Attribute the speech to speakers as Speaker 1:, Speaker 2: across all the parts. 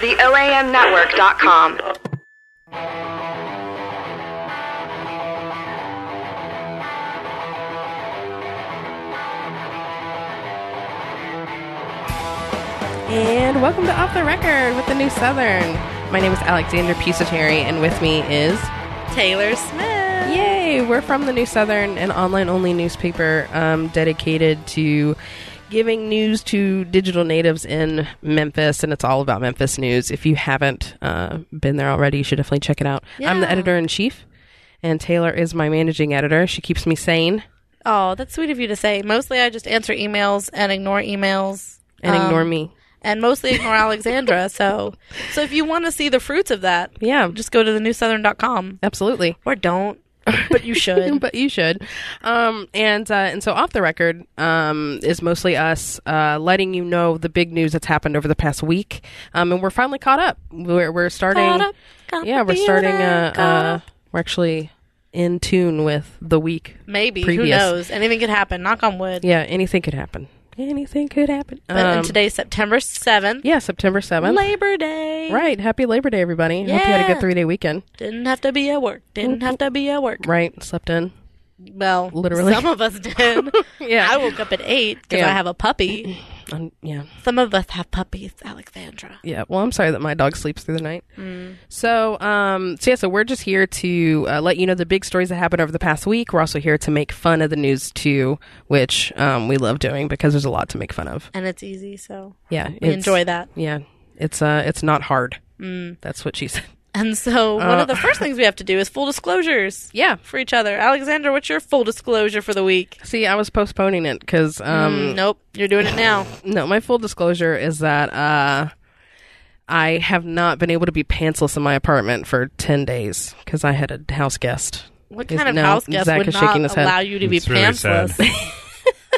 Speaker 1: The OAMnetwork.com.
Speaker 2: And welcome to Off the Record with the New Southern. My name is Alexander Pusateri, and with me is
Speaker 3: Taylor Smith.
Speaker 2: Yay! We're from the New Southern, an online only newspaper um, dedicated to giving news to digital natives in Memphis, and it's all about Memphis news. If you haven't uh, been there already, you should definitely check it out. I'm the
Speaker 3: Yeah.
Speaker 2: editor in chief, and Taylor is my managing editor. She keeps me sane
Speaker 3: Oh, that's sweet of you to say. Mostly I just answer emails and ignore emails.
Speaker 2: and
Speaker 3: um,
Speaker 2: ignore me.
Speaker 3: And mostly ignore Alexandra. So so if you want to see the fruits of that,
Speaker 2: Yeah,
Speaker 3: just go to thenewsouthern.com.
Speaker 2: absolutely.
Speaker 3: Or don't. But you should.
Speaker 2: but you should. Um, and uh, and so off the record um, is mostly us uh, letting you know the big news that's happened over the past week, um, and we're finally caught up. We're we're starting.
Speaker 3: Caught up, caught
Speaker 2: yeah,
Speaker 3: up,
Speaker 2: we're starting.
Speaker 3: yeah,
Speaker 2: Uh,
Speaker 3: caught
Speaker 2: uh,
Speaker 3: up.
Speaker 2: we're actually in tune with the week.
Speaker 3: Maybe. Who
Speaker 2: Previous.
Speaker 3: knows? Anything could happen. Knock on wood.
Speaker 2: Yeah, anything could happen. Anything could happen.
Speaker 3: But and
Speaker 2: Um,
Speaker 3: today's September 7th.
Speaker 2: yeah, September seventh.
Speaker 3: Labor Day.
Speaker 2: Right. Happy Labor Day, everybody. Hope you had a
Speaker 3: Yeah.
Speaker 2: good three day weekend.
Speaker 3: Didn't have to be at work. Didn't have to be at work.
Speaker 2: Right. Slept in.
Speaker 3: Well,
Speaker 2: Literally.
Speaker 3: some of us did.
Speaker 2: Yeah.
Speaker 3: I woke up at 8 because
Speaker 2: Yeah.
Speaker 3: I have a puppy.
Speaker 2: Um, yeah.
Speaker 3: Some of us have puppies, Alexandra.
Speaker 2: Yeah, well, I'm sorry that my dog sleeps through the night.
Speaker 3: Mm.
Speaker 2: So, um, so yeah, so we're just here to uh, let you know the big stories that happened over the past week. We're also here to make fun of the news too, which um, we love doing because there's a lot to make fun of.
Speaker 3: And it's easy, so
Speaker 2: Yeah,
Speaker 3: we enjoy Mm. that.
Speaker 2: Yeah, it's uh, it's not hard. That's what she said.
Speaker 3: And so one
Speaker 4: Uh,
Speaker 3: of the first things we have to do is full disclosures
Speaker 2: Yeah.
Speaker 3: for each other. Alexandra, what's your full disclosure for the week?
Speaker 2: See, I was postponing it because um,
Speaker 3: Mm, nope, you're doing it now.
Speaker 2: no, my full disclosure is that uh, I have not been able to be pantsless in my apartment for ten days because I had a house guest.
Speaker 3: What
Speaker 2: Is-
Speaker 3: kind of
Speaker 2: no,
Speaker 3: house guest
Speaker 2: Zach
Speaker 3: would
Speaker 2: is shaking his
Speaker 3: not
Speaker 2: head.
Speaker 3: allow you to be
Speaker 4: It's really sad.
Speaker 3: pantsless?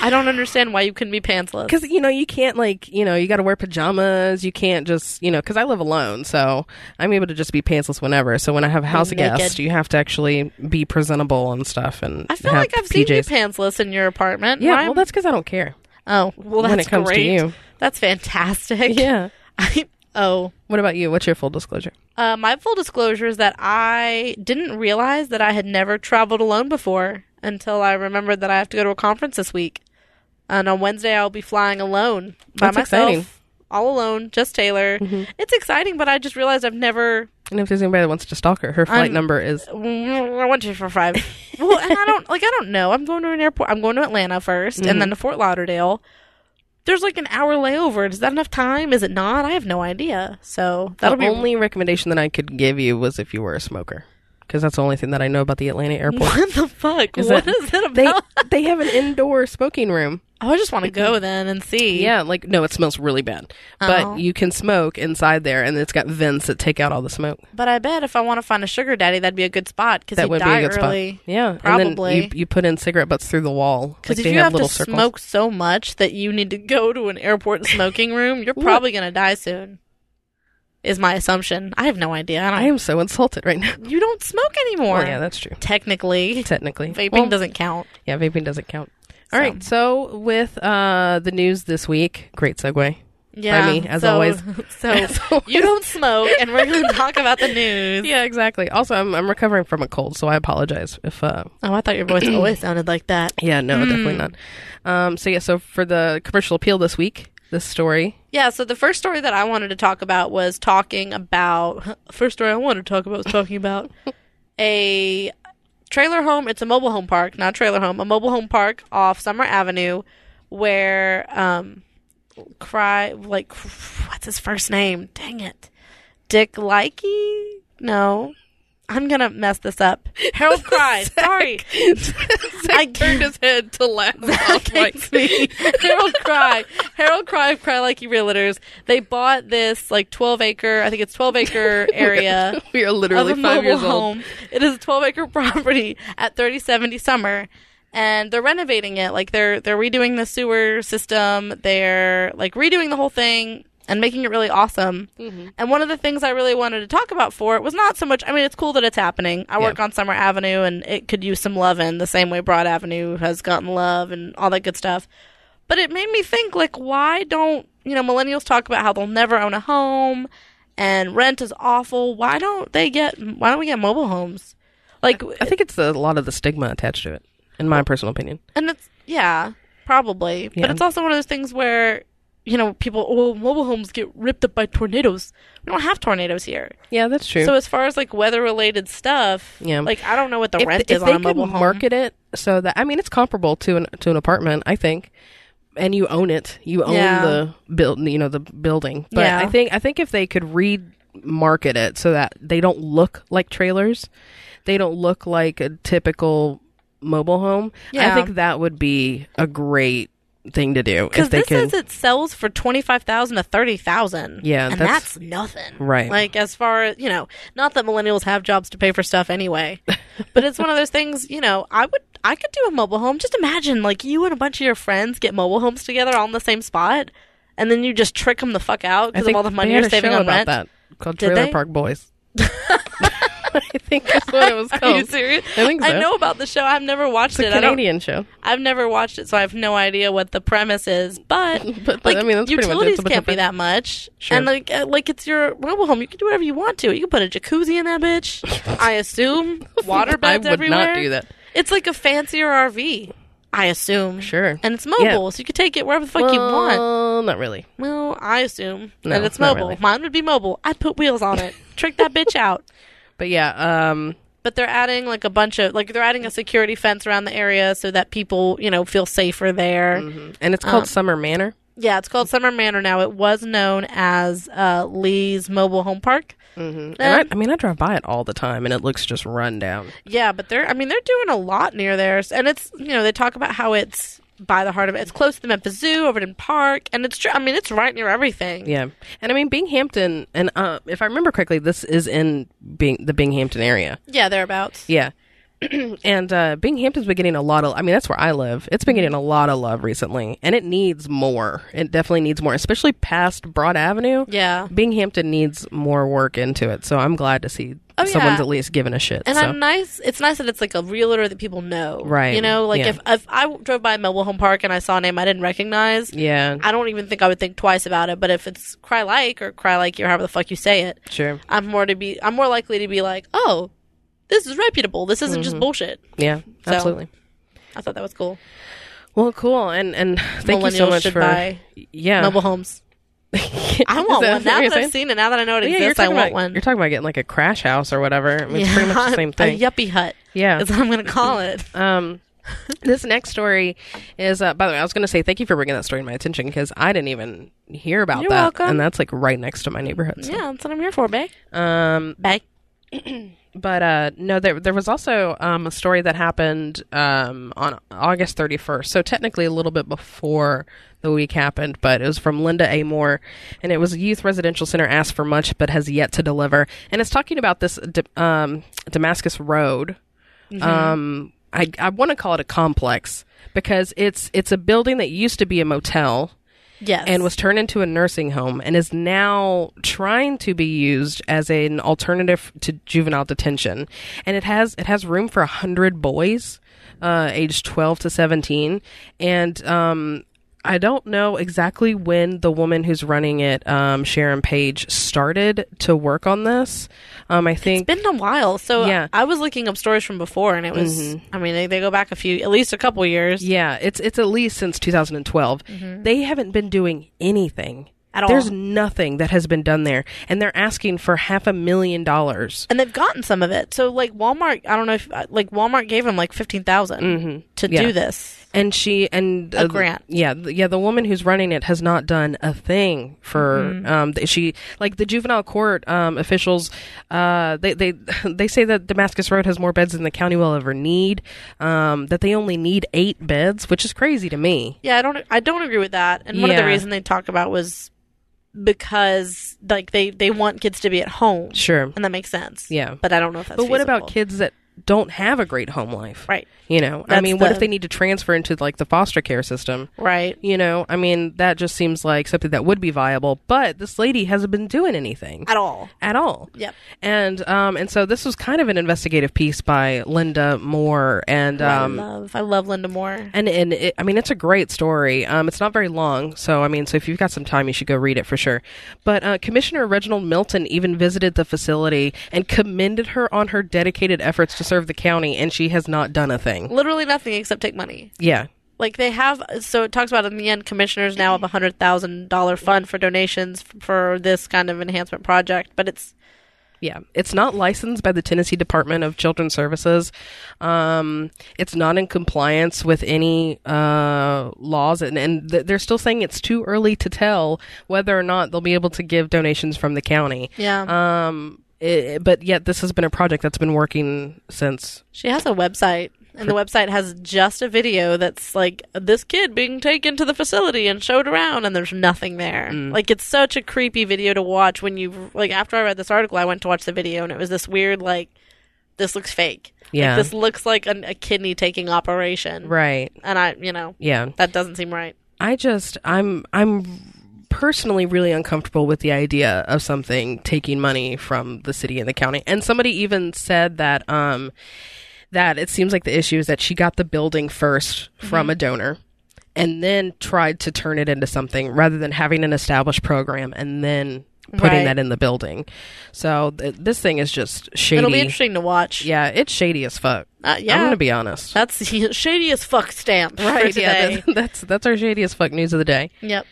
Speaker 3: I don't understand why you couldn't be pantsless.
Speaker 2: because you know you can't like you know you got to wear pajamas you can't just you know because i live alone so i'm able to just be pantsless whenever so when i have a house
Speaker 3: naked.
Speaker 2: guest you have to actually be presentable and stuff and
Speaker 3: I feel
Speaker 2: have
Speaker 3: like I've
Speaker 2: PJs.
Speaker 3: seen you pantsless in your apartment.
Speaker 2: yeah
Speaker 3: Mine-
Speaker 2: well that's because i don't care
Speaker 3: oh, well, that's
Speaker 2: when it comes to
Speaker 3: great.
Speaker 2: you.
Speaker 3: That's fantastic.
Speaker 2: yeah
Speaker 3: I, oh,
Speaker 2: what about you what's your full disclosure
Speaker 3: Uh, my full disclosure is that I didn't realize that I had never traveled alone before until I remembered that I have to go to a conference this week. And on Wednesday, I'll be flying alone by
Speaker 2: That's
Speaker 3: myself,
Speaker 2: exciting. Mm-hmm.
Speaker 3: all alone, just Taylor. It's exciting, but I just realized I've never.
Speaker 2: and if there's anybody that wants to stalk her her flight
Speaker 3: I'm-
Speaker 2: number is
Speaker 3: I went to for five. well, and I don't like. I don't know. I'm going to an airport. I'm going to Atlanta 1st and
Speaker 2: Mm-hmm.
Speaker 3: then to Fort Lauderdale. There's like an hour layover. Is that enough time? Is it not? I have no idea. So that'll
Speaker 2: the
Speaker 3: be
Speaker 2: only recommendation that i could give you was if you were a smoker because that's the only thing that i know about the atlanta airport
Speaker 3: What the fuck? What
Speaker 2: Is
Speaker 3: is
Speaker 2: that-
Speaker 3: it about?
Speaker 2: they they have an indoor smoking room
Speaker 3: Oh, I just want to go then and see.
Speaker 2: Mm-hmm. Yeah, like no, it smells really bad.
Speaker 3: Oh.
Speaker 2: But you can smoke inside there, and it's got vents that take out all the smoke.
Speaker 3: But I bet if I want to find a sugar daddy, that'd be a good spot because
Speaker 2: That
Speaker 3: he'd
Speaker 2: would be
Speaker 3: die
Speaker 2: a good
Speaker 3: early.
Speaker 2: spot. Yeah, And then
Speaker 3: probably.
Speaker 2: you, you put in cigarette butts through the wall.
Speaker 3: Because
Speaker 2: like,
Speaker 3: if
Speaker 2: they
Speaker 3: you have, to
Speaker 2: little circles.
Speaker 3: smoke so much that you need to go to an airport smoking room, you're probably gonna die soon. Is my assumption. I have no idea. I
Speaker 2: I
Speaker 3: don't.
Speaker 2: am so insulted right now.
Speaker 3: you don't smoke anymore.
Speaker 2: Well, yeah, that's true.
Speaker 3: Technically,
Speaker 2: Technically,
Speaker 3: vaping
Speaker 2: Well,
Speaker 3: doesn't count.
Speaker 2: Yeah, vaping doesn't count. All
Speaker 3: So.
Speaker 2: right, so with uh, the news this week, great segue.
Speaker 3: Yeah.
Speaker 2: me, as
Speaker 3: so,
Speaker 2: always.
Speaker 3: So
Speaker 2: As always.
Speaker 3: you don't smoke, and we're gonna talk about the news.
Speaker 2: Yeah, exactly. Also, I'm I'm recovering from a cold, so I apologize if uh,
Speaker 3: Oh, I thought your voice always sounded like that.
Speaker 2: yeah, no, definitely
Speaker 3: Hmm.
Speaker 2: not. Um, so yeah, so for the commercial appeal this week, this story
Speaker 3: Yeah, so the first story that I wanted to talk about was talking about first story I wanted to talk about was talking about a trailer home, it's a mobile home park, not trailer home, a mobile home park off Summer Avenue where um cry like what's his first name? Dang it. Dick Likey? No. I'm gonna mess this up. Harold Cry. Sorry. I turned his head to laugh. hates me. Harold Cry. Harold Cry of Cry Likey Realtors. They bought this like 12 acre. I think it's 12 acre area
Speaker 2: we are literally
Speaker 3: of a
Speaker 2: five
Speaker 3: mobile
Speaker 2: years old.
Speaker 3: home. It is a 12 acre property at 3070 Summer, and they're renovating it. Like they're they're redoing the sewer system. They're like redoing the whole thing and making it really awesome. And one of the things I really wanted to talk about for it was not so much. I mean, it's cool that it's happening. I work on Summer Avenue, and it could use some love in the same way Broad Avenue has gotten love and all that good stuff. But it made me think, like, why don't, you know, millennials talk about how they'll never own a home and rent is awful. Why don't they get, why don't we get mobile homes? Like,
Speaker 2: I think it's the, a lot of the stigma attached to it, in my personal opinion.
Speaker 3: and it's, yeah, probably. But
Speaker 2: Yeah.
Speaker 3: it's also one of those things where, you know, people, well, mobile homes get ripped up by tornadoes. We don't have tornadoes here.
Speaker 2: Yeah, that's true.
Speaker 3: So as far as like weather related stuff,
Speaker 2: Yeah.
Speaker 3: like I don't know what the
Speaker 2: if,
Speaker 3: rent
Speaker 2: if
Speaker 3: is
Speaker 2: they
Speaker 3: on a mobile
Speaker 2: could
Speaker 3: home.
Speaker 2: market it so that I mean it's comparable to an to an apartment, I think, and you own it, you own
Speaker 3: Yeah.
Speaker 2: the build, you know, the building. But
Speaker 3: Yeah.
Speaker 2: I think I think if they could remarket it so that they don't look like trailers, they don't look like a typical mobile home.
Speaker 3: Yeah.
Speaker 2: I think that would be a great thing to do
Speaker 3: Because
Speaker 2: if they
Speaker 3: this
Speaker 2: can.
Speaker 3: says it sells for twenty five thousand to thirty thousand.
Speaker 2: Yeah,
Speaker 3: and that's,
Speaker 2: that's-
Speaker 3: nothing,
Speaker 2: Right.
Speaker 3: Like as far as you know, not that millennials have jobs to pay for stuff anyway, but it's one of those things. You know, I would, I could do a mobile home. Just imagine, like you and a bunch of your friends get mobile homes together all in the same spot, and then you just trick them the fuck out
Speaker 2: I
Speaker 3: because of all the
Speaker 2: they
Speaker 3: money
Speaker 2: had
Speaker 3: you're
Speaker 2: a
Speaker 3: saving
Speaker 2: show
Speaker 3: on
Speaker 2: about
Speaker 3: rent.
Speaker 2: that called
Speaker 3: Did
Speaker 2: Trailer
Speaker 3: they?
Speaker 2: Park Boys. I think that's what it was
Speaker 3: Are you
Speaker 2: called.
Speaker 3: serious?
Speaker 2: Oh, I think so.
Speaker 3: know about the show. I've never watched
Speaker 2: It's a
Speaker 3: it. I don't
Speaker 2: Canadian show.
Speaker 3: I've never watched it, so I have no idea what the premise is. But,
Speaker 2: But- but,
Speaker 3: like,
Speaker 2: I mean, that's pretty much it.
Speaker 3: utilities
Speaker 2: It's a bit
Speaker 3: can't be
Speaker 2: different.
Speaker 3: that much.
Speaker 2: Sure.
Speaker 3: And like, uh, like it's your mobile home. You can do whatever you want to. it. You can put a jacuzzi in that bitch. I assume water beds
Speaker 2: I would
Speaker 3: everywhere.
Speaker 2: not do that.
Speaker 3: It's like a fancier RV. I assume.
Speaker 2: Sure.
Speaker 3: And it's mobile, so you can take it wherever the fuck you want.
Speaker 2: Well, not really.
Speaker 3: Well, I assume
Speaker 2: No,
Speaker 3: that it's
Speaker 2: not
Speaker 3: mobile.
Speaker 2: really.
Speaker 3: Mine would be mobile. I'd put wheels on it. Trick that bitch out.
Speaker 2: But yeah, um,
Speaker 3: But they're adding like a bunch of like they're adding a security fence around the area so that people you know feel safer there.
Speaker 2: and it's called Summer Manor.
Speaker 3: Yeah, it's called Summer Manor now. It was known as uh, Lee's Mobile Home Park.
Speaker 2: And
Speaker 3: Mm-hmm.
Speaker 2: I, I mean, I drive by it all the time, and it looks just run down.
Speaker 3: yeah, but they're I mean they're doing a lot near there, and it's you know they talk about how it's by the heart of it. It's close to the Memphis Zoo, Overton Park, and it's true. I mean it's right near everything.
Speaker 2: Yeah, and I mean Binghamton, and uh, if I remember correctly, this is in Bing, the Binghamton area.
Speaker 3: Yeah, thereabouts.
Speaker 2: Yeah, and uh, Binghamton's been getting a lot of. I mean, that's where I live. It's been getting a lot of love recently, and it needs more. It definitely needs more, especially past Broad Avenue.
Speaker 3: Yeah.
Speaker 2: Binghamton needs more work into it, so I'm glad to see
Speaker 3: Oh,
Speaker 2: someone's
Speaker 3: yeah.
Speaker 2: at least giving a shit.
Speaker 3: And
Speaker 2: so.
Speaker 3: I'm nice. It's nice that it's like a realtor that people know,
Speaker 2: Right,
Speaker 3: You know, like
Speaker 2: yeah.
Speaker 3: if if I drove by a mobile home park and I saw a name I didn't recognize,
Speaker 2: yeah,
Speaker 3: I don't even think I would think twice about it. But if it's cry like or cry like you, however the fuck you say it,
Speaker 2: sure.
Speaker 3: I'm more to be I'm more likely to be like, oh, this is reputable. This isn't just bullshit.
Speaker 2: Yeah,
Speaker 3: So-
Speaker 2: absolutely.
Speaker 3: I thought that was cool.
Speaker 2: Well, cool, and and thank you so
Speaker 3: Millennials
Speaker 2: much
Speaker 3: should
Speaker 2: for
Speaker 3: buy
Speaker 2: yeah.
Speaker 3: mobile homes. I
Speaker 2: that what
Speaker 3: want one now
Speaker 2: you're
Speaker 3: that I've
Speaker 2: saying?
Speaker 3: seen it. Now that I know it
Speaker 2: yeah, you're
Speaker 3: exists, I
Speaker 2: talking
Speaker 3: want
Speaker 2: about
Speaker 3: one.
Speaker 2: you're talking about getting like a crash house or whatever. I mean, it's pretty much the same
Speaker 3: A
Speaker 2: thing.
Speaker 3: yuppie hut.
Speaker 2: Yeah.
Speaker 3: is what I'm gonna call it.
Speaker 2: Um, this next story is uh, by the way, I was going to say thank you for bringing that story to my attention because I didn't even hear about
Speaker 3: You're
Speaker 2: that,
Speaker 3: welcome.
Speaker 2: and that's like right next to my neighborhood. So.
Speaker 3: yeah, that's what I'm here for, babe.
Speaker 2: Um,
Speaker 3: Babe.
Speaker 2: but uh, no, there there was also um, a story that happened um, on August 31st. So technically a little bit before the week happened, but it was from Linda A. Moore, and it was Youth Residential Center asked for much but has yet to deliver, and it's talking about this D- um, Damascus Road. Um, I I want to call it a complex because it's it's a building that used to be a motel
Speaker 3: Yes,
Speaker 2: and was turned into a nursing home and is now trying to be used as an alternative to juvenile detention and it has it has room for 100 boys uh, aged 12 to 17 and um I don't know exactly when the woman who's running it, um, Sharon Page, started to work on this. Um, I think
Speaker 3: been a while. So
Speaker 2: Yeah.
Speaker 3: I was looking up stories from before, and it was. I mean, they, they go back a few, at least a couple years.
Speaker 2: Yeah, it's it's at least since 2012. They haven't been doing anything
Speaker 3: Mm-hmm. At all.
Speaker 2: There's nothing that has been done there, and they're asking for half a million dollars.
Speaker 3: and they've gotten some of it. So like Walmart, I don't know if like Walmart gave them like fifteen to
Speaker 2: Yeah.
Speaker 3: do this.
Speaker 2: And she and uh,
Speaker 3: A grant.
Speaker 2: yeah, th- yeah. The woman who's running it has not done a thing for
Speaker 3: Mm-hmm.
Speaker 2: um. th- she like the juvenile court um officials. Uh, they they they say that Damascus Road has more beds than the county will ever need. Um, that they only need eight beds, which is crazy to me.
Speaker 3: Yeah, I don't I don't agree with that. And one of the
Speaker 2: Yeah.
Speaker 3: reasons they talk about was because like they they want kids to be at home,
Speaker 2: Sure.
Speaker 3: and that makes sense.
Speaker 2: Yeah.
Speaker 3: but I don't know if that's.
Speaker 2: But what
Speaker 3: feasible.
Speaker 2: about kids that don't have a great home life.
Speaker 3: Right.
Speaker 2: You know, I
Speaker 3: That's
Speaker 2: mean, what
Speaker 3: the-
Speaker 2: if they need to transfer into like the foster care system?
Speaker 3: Right.
Speaker 2: You know, I mean, that just seems like something that would be viable, but this lady hasn't been doing anything
Speaker 3: At all.
Speaker 2: at all.
Speaker 3: Yep.
Speaker 2: And um and so this was kind of an investigative piece by Linda Moore and um
Speaker 3: I love. I love Linda Moore.
Speaker 2: and and it, I mean it's a great story. Um, it's not very long, so I mean, so if you've got some time, you should go read it for sure. But uh, Commissioner Reginald Milton even visited the facility and commended her on her dedicated efforts to serve the county, and she has not done a thing.
Speaker 3: Literally nothing except take money.
Speaker 2: Yeah,
Speaker 3: Like they have, so it talks about in the end, commissioners now have a hundred thousand dollar fund for donations f- for this kind of enhancement project. But it's
Speaker 2: yeah. It's not licensed by the Tennessee Department of Children's Services. Um, it's not in compliance with any uh, laws, and and th- they're still saying it's too early to tell whether or not they'll be able to give donations from the county.
Speaker 3: yeah.
Speaker 2: Um, it, but yet this has been a project that's been working since.
Speaker 3: She has a website, and the website has just a video that's like this kid being taken to the facility and showed around, and there's nothing there.
Speaker 2: Mm.
Speaker 3: Like it's such a creepy video to watch when you like. After I read this article, I went to watch the video, and it was this weird like, this looks fake.
Speaker 2: Yeah.
Speaker 3: like, this looks like an, a kidney taking operation.
Speaker 2: Right.
Speaker 3: and I, you know,
Speaker 2: Yeah.
Speaker 3: that doesn't seem right.
Speaker 2: I just I'm I'm personally really uncomfortable with the idea of something taking money from the city and the county. And somebody even said that um that it seems like the issue is that she got the building 1st
Speaker 3: Mm-hmm.
Speaker 2: from a donor and then tried to turn it into something rather than having an established program and then putting
Speaker 3: Right.
Speaker 2: that in the building. So th- this thing is just shady.
Speaker 3: It'll be interesting to watch.
Speaker 2: Yeah, it's shady as fuck.
Speaker 3: Uh, yeah.
Speaker 2: I'm gonna be honest.
Speaker 3: That's shady as fuck stamp for today.
Speaker 2: Yeah, that- that's that's our shady as fuck news of the day.
Speaker 3: Yep.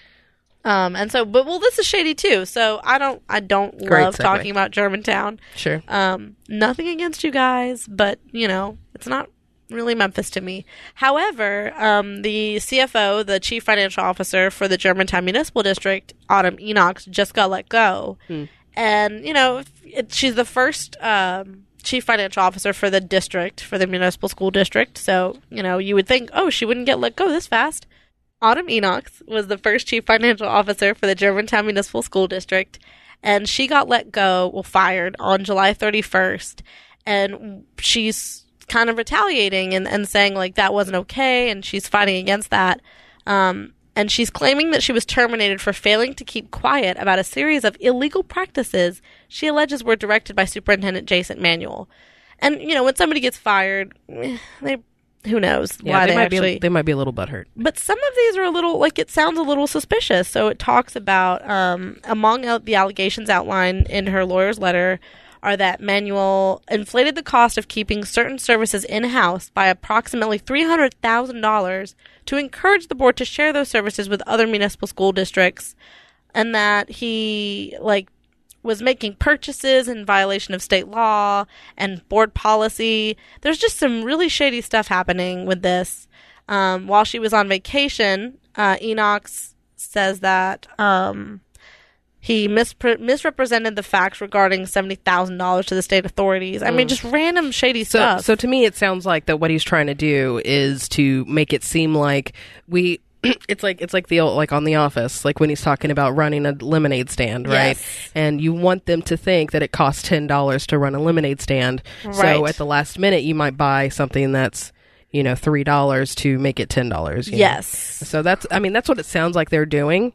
Speaker 3: Um, and so, but well, this is shady too. So I don't, I don't
Speaker 2: Great
Speaker 3: love
Speaker 2: segue.
Speaker 3: talking about Germantown.
Speaker 2: Sure.
Speaker 3: Um, nothing against you guys, but you know, it's not really Memphis to me. However, um, the CFO, the chief financial officer for the Germantown Municipal District, Autumn Enox, just got let go.
Speaker 2: Hmm.
Speaker 3: And, you know, it, she's the first um, chief financial officer for the district, for the municipal school district. So, you know, you would think, oh, she wouldn't get let go this fast. Autumn Enox was the first chief financial officer for the Germantown Municipal School District, and she got let go, well, fired on July 31st. And she's kind of retaliating and, and saying, like, that wasn't okay, and she's fighting against that. Um, and she's claiming that she was terminated for failing to keep quiet about a series of illegal practices she alleges were directed by Superintendent Jason Manuel. And, you know, when somebody gets fired, eh, they. Who knows
Speaker 2: Yeah,
Speaker 3: why
Speaker 2: they,
Speaker 3: they,
Speaker 2: might
Speaker 3: actually
Speaker 2: be they might be a little butthurt.
Speaker 3: but some of these are a little like it sounds a little suspicious. So it talks about um, among out- the allegations outlined in her lawyer's letter are that Manuel inflated the cost of keeping certain services in house by approximately three hundred thousand dollars to encourage the board to share those services with other municipal school districts, and that he like was making purchases in violation of state law and board policy. There's just some really shady stuff happening with this. Um, while she was on vacation, uh, Enox says that um, he mispre- misrepresented the facts regarding $70,000 to the state authorities. I mean, just random shady
Speaker 2: Mm. So,
Speaker 3: stuff.
Speaker 2: so to me, it sounds like that what he's trying to do is to make it seem like we. It's like it's like the old like on the office like when he's talking about running a lemonade stand, right?
Speaker 3: Yes.
Speaker 2: And you want them to think that it costs ten dollars to run a lemonade stand. So
Speaker 3: Right.
Speaker 2: at the last minute, you might buy something that's you know three dollars to make it ten dollars.
Speaker 3: yes.
Speaker 2: So that's I mean that's what it sounds like they're doing.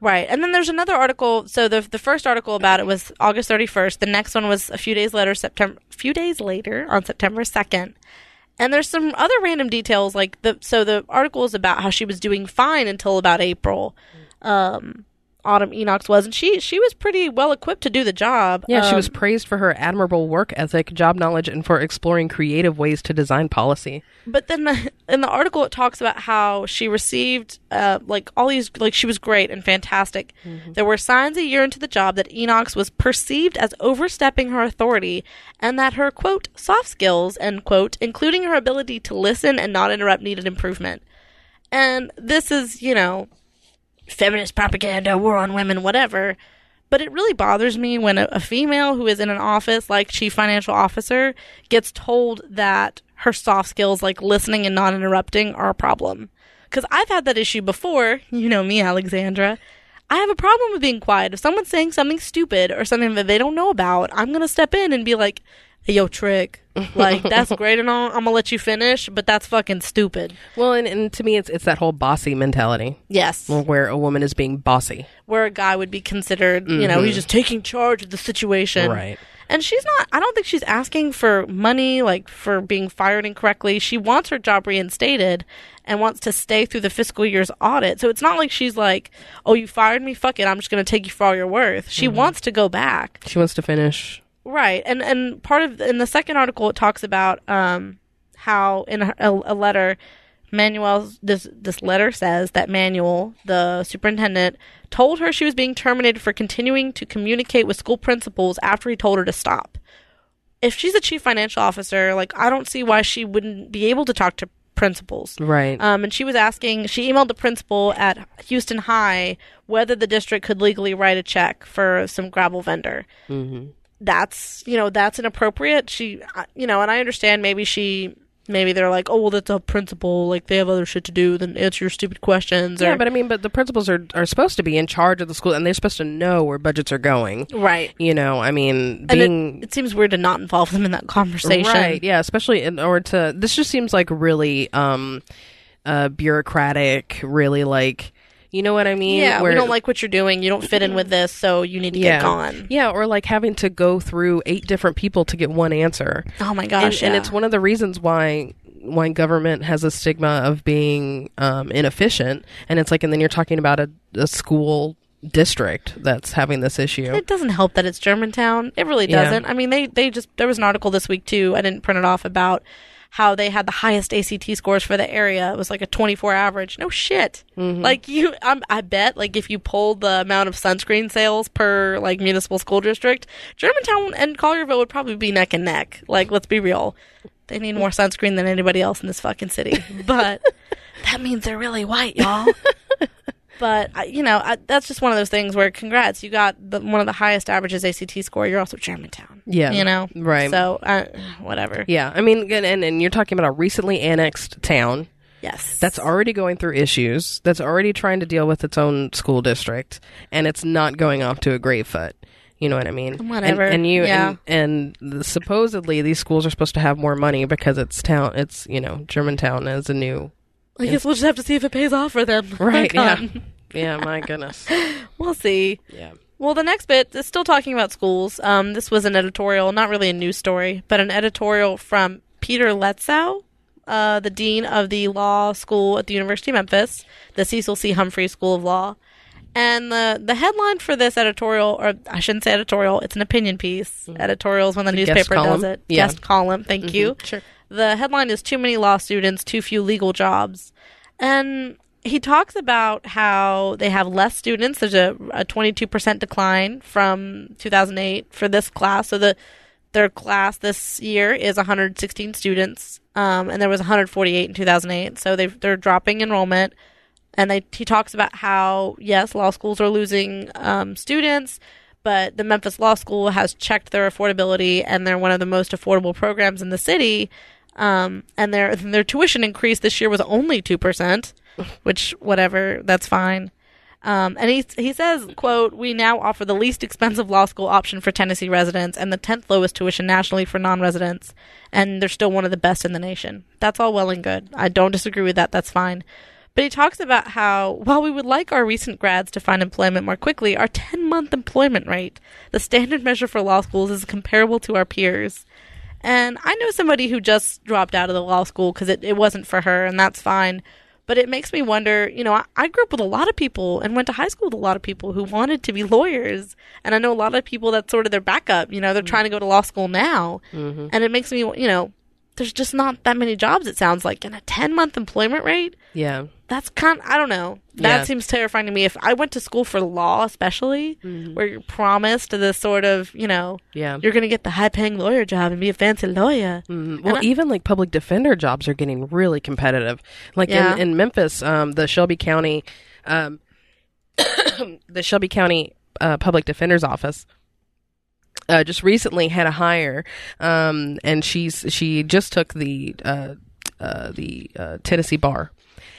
Speaker 3: Right. And then there's another article. So the the first article about it was August 31st. The next one was a few days later, September few days later on September 2nd. And there's some other random details like the so the article is about how she was doing fine until about April. Um Autumn Enox was and she she was pretty well equipped to do the job.
Speaker 2: Yeah, she
Speaker 3: Um,
Speaker 2: was praised for her admirable work ethic, job knowledge, and for exploring creative ways to design policy.
Speaker 3: But then the, in the article, it talks about how she received, uh, like, all these, like, she was great and fantastic. There were signs a year into the job that Enox was perceived as overstepping her authority and that her, quote, soft skills, end quote, including her ability to listen and not interrupt, needed improvement. And this is, you know, feminist propaganda, war on women, whatever. But it really bothers me when a, a female who is in an office, like chief financial officer, gets told that her soft skills, like listening and not interrupting, are a problem. Because I've had that issue before. You know me, Alexandra. I have a problem with being quiet. If someone's saying something stupid or something that they don't know about, I'm going to step in and be like, hey, yo, Trick, like, that's great and all. I'm going to let you finish, but that's fucking stupid.
Speaker 2: Well, and, and to me, it's it's that whole bossy mentality
Speaker 3: Yes.
Speaker 2: where a woman is being bossy.
Speaker 3: Where a guy would be considered, you know, he's just taking charge of the situation.
Speaker 2: Right.
Speaker 3: And she's not, I don't think she's asking for money, like, for being fired incorrectly. She wants her job reinstated and wants to stay through the fiscal year's audit. So it's not like she's like, oh, you fired me? Fuck it. I'm just going to take you for all you're worth. She wants to go back.
Speaker 2: She wants to finish.
Speaker 3: Right, and and part of in the second article it talks about um how in a, a letter Manuel's this this letter says that Manuel the superintendent told her she was being terminated for continuing to communicate with school principals after he told her to stop. If she's a chief financial officer, like I don't see why she wouldn't be able to talk to principals.
Speaker 2: Right.
Speaker 3: Um, and she was asking, she emailed the principal at Houston High whether the district could legally write a check for some gravel vendor. Mm-hmm. That's, you know, that's inappropriate. She, I- you know, and I understand maybe she, maybe they're like, oh, well, that's a principal. Like, they have other shit to do than answer your stupid questions.
Speaker 2: yeah,
Speaker 3: or,
Speaker 2: but I mean, but the principals are, are supposed to be in charge of the school, and they're supposed to know where budgets are going.
Speaker 3: right.
Speaker 2: You know, I mean,
Speaker 3: And
Speaker 2: being
Speaker 3: it, it seems weird to not involve them in that conversation.
Speaker 2: Right. Yeah. Especially in order to. This just seems like really um, uh, bureaucratic. Really like, you know what I mean?
Speaker 3: Yeah,
Speaker 2: Where-
Speaker 3: we don't like what you're doing. You don't fit in with this, so you need to
Speaker 2: Yeah.
Speaker 3: get gone.
Speaker 2: Yeah. Or like having to go through eight different people to get one answer.
Speaker 3: Oh my
Speaker 2: and,
Speaker 3: gosh!
Speaker 2: and
Speaker 3: yeah.
Speaker 2: it's one of the reasons why why government has a stigma of being um, inefficient. And it's like, and then you're talking about a, a school district that's having this issue.
Speaker 3: It doesn't help that it's Germantown. It really
Speaker 2: Yeah.
Speaker 3: doesn't. I mean, they they just there was an article this week too. I didn't print it off about how they had the highest ACT scores for the area. It was like a 24 average. No shit. Like you, I'm, I bet like if you pulled the amount of sunscreen sales per like municipal school district, Germantown and Collierville would probably be neck and neck. Like let's be real. They need more sunscreen than anybody else in this fucking city. But that means they're really white, y'all. But I- you know, I, that's just one of those things where congrats, you got the, one of the highest averages ACT score. You're also Germantown.
Speaker 2: Yeah.
Speaker 3: you know,
Speaker 2: Right.
Speaker 3: So uh, whatever.
Speaker 2: Yeah. I mean, and, and, and you're talking about a recently annexed town.
Speaker 3: Yes,
Speaker 2: that's already going through issues, that's already trying to deal with its own school district, and it's not going off to a great foot. You know what I mean?
Speaker 3: Whatever,
Speaker 2: And, and you
Speaker 3: yeah.
Speaker 2: and, and the- supposedly these schools are supposed to have more money because it's town. It's you know Germantown is a new
Speaker 3: I guess we'll just have to see if it pays off for them.
Speaker 2: right.
Speaker 3: Oh,
Speaker 2: Yeah.
Speaker 3: God.
Speaker 2: Yeah. My goodness.
Speaker 3: we'll see.
Speaker 2: Yeah.
Speaker 3: Well, the next bit is still talking about schools. Um, this was an editorial, not really a news story, but an editorial from Peter Letzow, uh, the dean of the law school at the University of Memphis, the Cecil C. Humphrey School of Law. And the, the headline for this editorial, or I shouldn't say editorial, it's an opinion piece. Editorial is when the
Speaker 2: Mm. guest
Speaker 3: newspaper does
Speaker 2: column?
Speaker 3: it.
Speaker 2: Yeah. Mm-hmm.
Speaker 3: Guest column, thank you.
Speaker 2: Sure.
Speaker 3: The headline is Too Many Law Students, Too Few Legal Jobs. And he talks about how they have less students. There's a, a 22% decline from 2008 for this class. So the their class this year is 116 students, um, and there was 148 in 2008. So they they're dropping enrollment and they, he talks about how yes, law schools are losing um, students, but the Memphis Law School has checked their affordability, and they're one of the most affordable programs in the city. Um, and their their tuition increase this year was only two percent, which whatever, that's fine. Um, and he he says, "quote We now offer the least expensive law school option for Tennessee residents and the tenth lowest tuition nationally for non-residents, and they're still one of the best in the nation. That's all well and good. I don't disagree with that. That's fine." But he talks about how while we would like our recent grads to find employment more quickly, our 10-month employment rate, the standard measure for law schools, is comparable to our peers. And I know somebody who just dropped out of the law school because it, it wasn't for her, and that's fine. But it makes me wonder you know, I, I grew up with a lot of people and went to high school with a lot of people who wanted to be lawyers. And I know a lot of people that's sort of their backup. You know, they're trying to go to law school now. And it makes me, you know, there's just not that many jobs, it sounds like. And a 10 month employment rate,
Speaker 2: Yeah.
Speaker 3: that's kind I don't know. That
Speaker 2: Yeah.
Speaker 3: seems terrifying to me. If I went to school for law, especially, where you're promised the sort of, you know,
Speaker 2: Yeah.
Speaker 3: you're going to get the high paying lawyer job and be a fancy lawyer.
Speaker 2: Mm, Well, even like public defender jobs are getting really competitive. Like
Speaker 3: Yeah.
Speaker 2: in, in Memphis, um, the Shelby County, um, the Shelby County uh, Public Defender's Office. Uh, just recently had a hire, um, and she's she just took the uh, uh, the uh, Tennessee bar,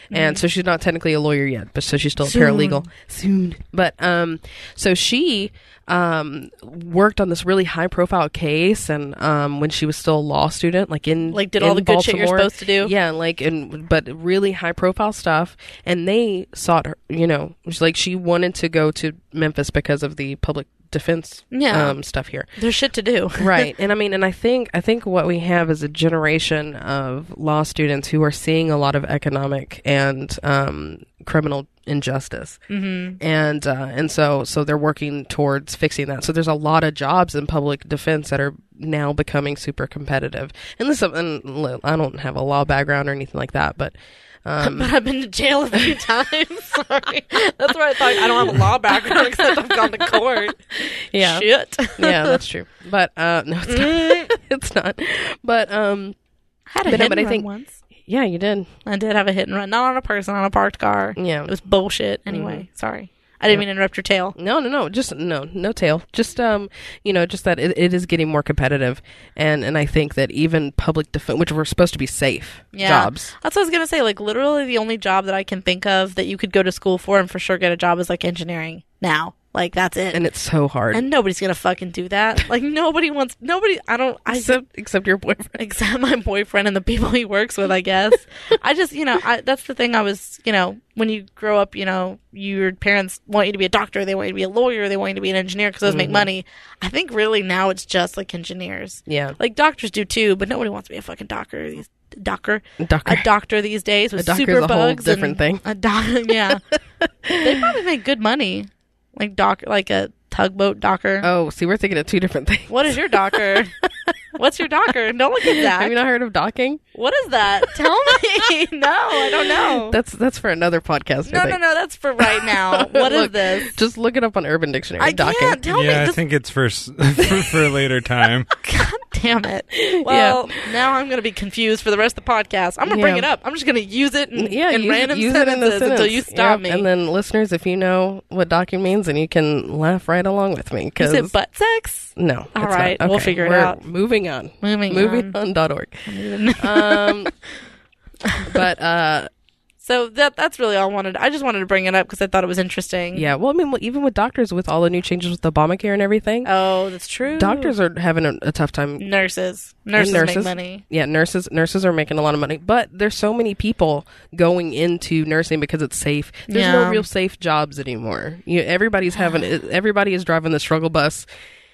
Speaker 3: Mm-hmm.
Speaker 2: And so she's not technically a lawyer yet, but so she's still a paralegal soon. But um, so she um worked on this really high profile case, and um when she was still a law student, like in
Speaker 3: Like, did
Speaker 2: in
Speaker 3: all the good shit you're
Speaker 2: Baltimore.
Speaker 3: supposed to do?
Speaker 2: Yeah, and like and but really high profile stuff. And they sought her. You know, she's like she wanted to go to Memphis because of the public defense
Speaker 3: Yeah.
Speaker 2: um stuff here
Speaker 3: There's shit to do.
Speaker 2: right and i mean and i think i think what we have is a generation of law students who are seeing a lot of economic and um, criminal injustice mm-hmm. and uh, and so so they're working towards fixing that so there's a lot of jobs in public defense that are now becoming super competitive and this is something look, i don't have a law background or anything like that but um,
Speaker 3: But I've been to jail a few times. Sorry. That's why I thought I don't have a law background except I've gone to court.
Speaker 2: yeah
Speaker 3: Shit.
Speaker 2: yeah that's true but uh, no it's not it's not but um
Speaker 3: had a
Speaker 2: But no,
Speaker 3: hit
Speaker 2: but
Speaker 3: and
Speaker 2: I
Speaker 3: run
Speaker 2: think-
Speaker 3: once.
Speaker 2: yeah you did
Speaker 3: I did have a hit and run. Not on a person, on a parked car.
Speaker 2: yeah
Speaker 3: It was bullshit. Anyway, sorry. I didn't mean to interrupt your tale.
Speaker 2: No, no, no. Just no, no tail. Just um, you know, just that it, it is getting more competitive, and and I think that even public defense, which were supposed to be safe jobs,
Speaker 3: That's what I was gonna say. Like literally, the only job that I can think of that you could go to school for and for sure get a job is like engineering. Now, like that's it. And,
Speaker 2: and it's so hard.
Speaker 3: nobody's gonna fucking do that. Like nobody wants. Nobody. I don't. I
Speaker 2: except except your boyfriend.
Speaker 3: except my boyfriend and the people he works with. I guess. I just you know I, that's the thing. I was you know when you grow up, you know your parents want you to be a doctor. They want you to be a lawyer. They want you to be an engineer because those
Speaker 2: Mm-hmm.
Speaker 3: make money. I think really now it's just like engineers.
Speaker 2: Yeah,
Speaker 3: Like doctors do too, but nobody wants to be a fucking doctor. These doctor,
Speaker 2: Doctor.
Speaker 3: a doctor these days with
Speaker 2: A doctor's
Speaker 3: super
Speaker 2: a whole
Speaker 3: bugs
Speaker 2: different thing.
Speaker 3: and A doc- yeah, they probably make good money. Like doc, like a tugboat docker.
Speaker 2: Oh, see, we're thinking of two different things.
Speaker 3: What is your docker? What's your docker? Don't look at that.
Speaker 2: Have you not heard of docking?
Speaker 3: what is that? Tell me. no, Oh, I don't know.
Speaker 2: That's that's for another podcast.
Speaker 3: no,
Speaker 2: I
Speaker 3: no,
Speaker 2: think.
Speaker 3: no. That's for right now. What is
Speaker 2: Look,
Speaker 3: this?
Speaker 2: Just look it up on Urban Dictionary.
Speaker 3: I
Speaker 2: docking.
Speaker 3: can't. Tell
Speaker 4: yeah,
Speaker 3: me.
Speaker 4: I
Speaker 3: Just,
Speaker 4: think it's for, s- for for a later time.
Speaker 3: God damn it. Well, now I'm going to be confused for the rest of the podcast. I'm going to bring
Speaker 2: Yeah.
Speaker 3: it up. I'm just going to use it in,
Speaker 2: Yeah,
Speaker 3: Mm, in
Speaker 2: use,
Speaker 3: random
Speaker 2: use it in
Speaker 3: sentences
Speaker 2: the sentence.
Speaker 3: until you stop
Speaker 2: Yep,
Speaker 3: me.
Speaker 2: And then, listeners, if you know what docking means, and you can laugh right along with me
Speaker 3: Is
Speaker 2: because
Speaker 3: it butt sex?
Speaker 2: No.
Speaker 3: All
Speaker 2: it's
Speaker 3: right, we'll figure it
Speaker 2: We're
Speaker 3: out.
Speaker 2: Moving on.
Speaker 3: Moving
Speaker 2: Movingon.org.
Speaker 3: Uh,
Speaker 2: Um, but uh,
Speaker 3: So that that's really all I wanted. I just wanted to bring it up because I thought it was interesting.
Speaker 2: yeah, well, I mean, well, even with doctors, with all the new changes with Obamacare and everything,
Speaker 3: Oh, that's true.
Speaker 2: doctors are having a, a tough time. And
Speaker 3: nurses, nurses, make money.
Speaker 2: yeah, nurses, nurses are making a lot of money, but there's so many people going into nursing because it's safe. There's
Speaker 3: Yeah.
Speaker 2: no real safe jobs anymore. You, everybody's having, everybody is driving the struggle bus.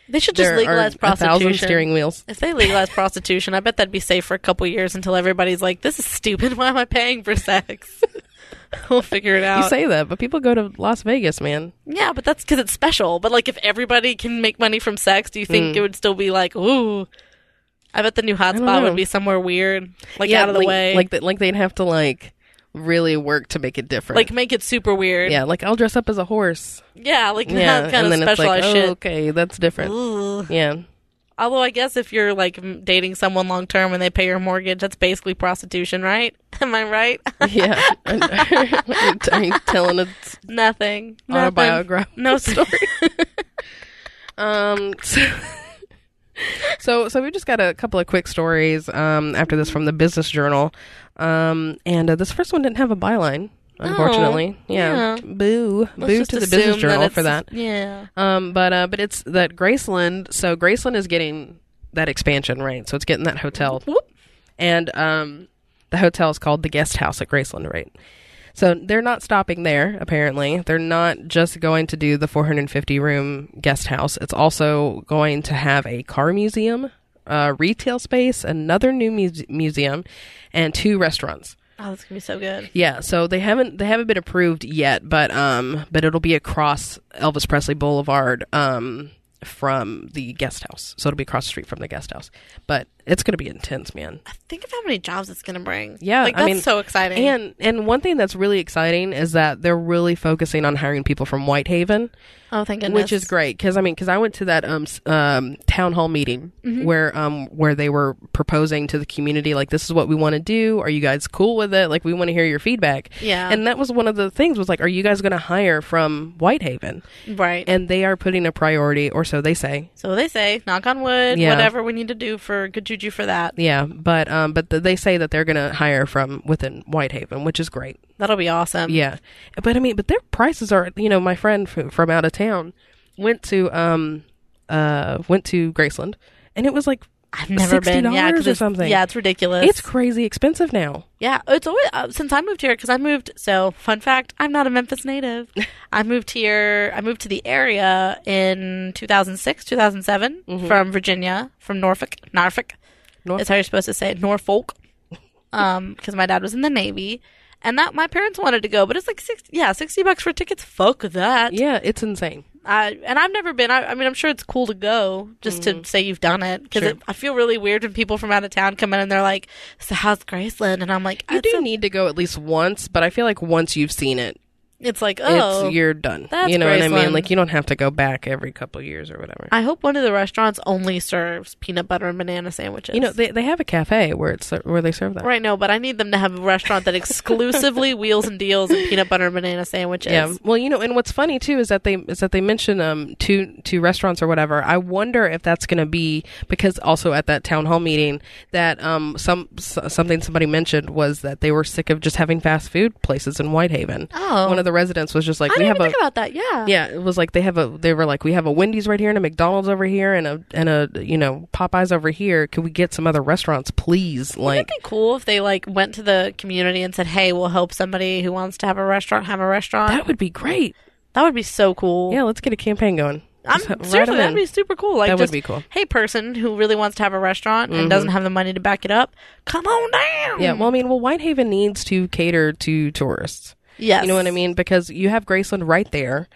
Speaker 3: They should just
Speaker 2: there are
Speaker 3: legalize
Speaker 2: a thousand
Speaker 3: prostitution.
Speaker 2: steering wheels.
Speaker 3: if they legalize prostitution, I bet that'd be safe for a couple years until everybody's like, "This is stupid. Why am I paying for sex?" we'll figure it out.
Speaker 2: You say that, but people go to Las Vegas, man.
Speaker 3: yeah, but that's because it's special. But like, if everybody can make money from sex, do you
Speaker 2: Mm.
Speaker 3: think it would still be like, "Ooh"? I bet the new hotspot
Speaker 2: know.
Speaker 3: would be somewhere weird, like out of the
Speaker 2: like,
Speaker 3: way,
Speaker 2: Like, that, like they'd have to like really work to make it different.
Speaker 3: like make it super weird.
Speaker 2: yeah, like I'll dress up as a horse.
Speaker 3: Yeah, like
Speaker 2: Yeah,
Speaker 3: that kind
Speaker 2: and
Speaker 3: of
Speaker 2: then it's like,
Speaker 3: specialized
Speaker 2: oh,
Speaker 3: shit.
Speaker 2: okay, that's different.
Speaker 3: Ugh.
Speaker 2: Yeah,
Speaker 3: Although I guess if you're like m- dating someone long term and they pay your mortgage, that's basically prostitution, right? Am I right?
Speaker 2: yeah. Are you telling a
Speaker 3: Nothing. Nothing.
Speaker 2: autobiography?
Speaker 3: No story.
Speaker 2: Um. So, so, so we just got a couple of quick stories. Um, after this from the Business Journal. Um, and uh, this first one didn't have a byline, unfortunately. yeah.
Speaker 3: Oh, yeah.
Speaker 2: Boo.
Speaker 3: Let's
Speaker 2: Boo
Speaker 3: just
Speaker 2: to the Business
Speaker 3: assume
Speaker 2: Journal
Speaker 3: it's
Speaker 2: for that.
Speaker 3: just- Yeah.
Speaker 2: Um, but uh, but it's that Graceland. So Graceland is getting that expansion, right? So it's getting that hotel,
Speaker 3: Whoop.
Speaker 2: and um, the hotel is called the Guest House at Graceland, right? So they're not stopping there. Apparently, they're not just going to do the 450 room guest house. It's also going to have a car museum, uh, retail space, another new muse- museum, and two restaurants.
Speaker 3: Oh, that's gonna be so good.
Speaker 2: Yeah, so they haven't they haven't been approved yet, but um, but it'll be across Elvis Presley Boulevard um from the guest house, so it'll be across the street from the guest house. But it's gonna be intense, man.
Speaker 3: Think of how many jobs it's gonna bring.
Speaker 2: Yeah,
Speaker 3: Like
Speaker 2: I
Speaker 3: that's
Speaker 2: mean,
Speaker 3: so exciting.
Speaker 2: And and one thing that's really exciting is that they're really focusing on hiring people from Whitehaven,
Speaker 3: oh, thank goodness.
Speaker 2: which is great because I mean because I went to that um s- um town hall meeting where um where they were proposing to the community like this is what we want to do. Are you guys cool with it? Like we want to hear your feedback.
Speaker 3: Yeah.
Speaker 2: and that was one of the things was like, are you guys going to hire from Whitehaven?
Speaker 3: right.
Speaker 2: And they are putting a priority, or so they say.
Speaker 3: so they say, knock on wood,
Speaker 2: Yeah.
Speaker 3: whatever we need to do for good shoot you for that.
Speaker 2: Yeah, but um, but th they say that they're going to hire from within Whitehaven, which is great.
Speaker 3: That'll be awesome.
Speaker 2: Yeah, but I mean, but their prices are. You know, my friend f- from out of town went to um uh went to Graceland, and it was like
Speaker 3: I've never been. Yeah, 'cause
Speaker 2: $60 or
Speaker 3: it's-
Speaker 2: something.
Speaker 3: Yeah, it's ridiculous.
Speaker 2: it's crazy expensive now.
Speaker 3: Yeah, it's always uh, since I moved here because I moved. So, fun fact: I'm not a Memphis native. I moved here. I moved to the area in 2006, 2007
Speaker 2: Mm-hmm.
Speaker 3: from Virginia, from Norfolk, Norfolk.
Speaker 2: Norfolk.
Speaker 3: That's how you're supposed to say it, Norfolk. Um, because my dad was in the Navy, and that my parents wanted to go, but it's like six, yeah, sixty bucks for tickets. Fuck that.
Speaker 2: Yeah, it's insane.
Speaker 3: I and I've never been. I, I mean, I'm sure it's cool to go just to say you've done it because
Speaker 2: Mm-hmm. Sure.
Speaker 3: I feel really weird when people from out of town come in and they're like, "So how's Graceland?" And I'm like,
Speaker 2: You
Speaker 3: "It's
Speaker 2: do
Speaker 3: a-
Speaker 2: need to go at least once, but I feel like once you've seen it,
Speaker 3: It's like, oh,
Speaker 2: it's you're done.
Speaker 3: that's
Speaker 2: you know what I mean?
Speaker 3: Graceland.
Speaker 2: Like you don't have to go back every couple years or whatever.
Speaker 3: I hope one of the restaurants only serves peanut butter and banana sandwiches.
Speaker 2: you know, they they have a cafe where it's where they serve that.
Speaker 3: right? No, but I need them to have a restaurant that exclusively wheels and deals and peanut butter and banana sandwiches.
Speaker 2: Yeah. Well, you know, and what's funny too is that they is that they mention um two two restaurants or whatever. I wonder if that's going to be because also at that town hall meeting that um some s- something somebody mentioned was that they were sick of just having fast food places in Whitehaven.
Speaker 3: Oh.
Speaker 2: One of the residents was just like,
Speaker 3: I
Speaker 2: "We have
Speaker 3: didn't even
Speaker 2: a
Speaker 3: think about that. Yeah,
Speaker 2: yeah." It was like they have a they were like, "We have a Wendy's right here and a McDonald's over here and a and a you know Popeyes over here. Could we get some other restaurants, please?" Like.
Speaker 3: It'd be cool if they like went to the community and said, "Hey, we'll help somebody who wants to have a restaurant have a restaurant."
Speaker 2: That would be great.
Speaker 3: That would be so cool.
Speaker 2: Yeah, let's get a campaign going.
Speaker 3: I'm
Speaker 2: Just write 'em
Speaker 3: seriously, that'd
Speaker 2: in.
Speaker 3: be super cool. Like,
Speaker 2: That would
Speaker 3: just,
Speaker 2: be cool. Mm-hmm.
Speaker 3: Hey, person who really wants to have a restaurant and doesn't have the money to back it up, come on down.
Speaker 2: Yeah, well, I mean, well, Whitehaven needs to cater to tourists.
Speaker 3: yes,
Speaker 2: You know what I mean? Because you have Graceland right there,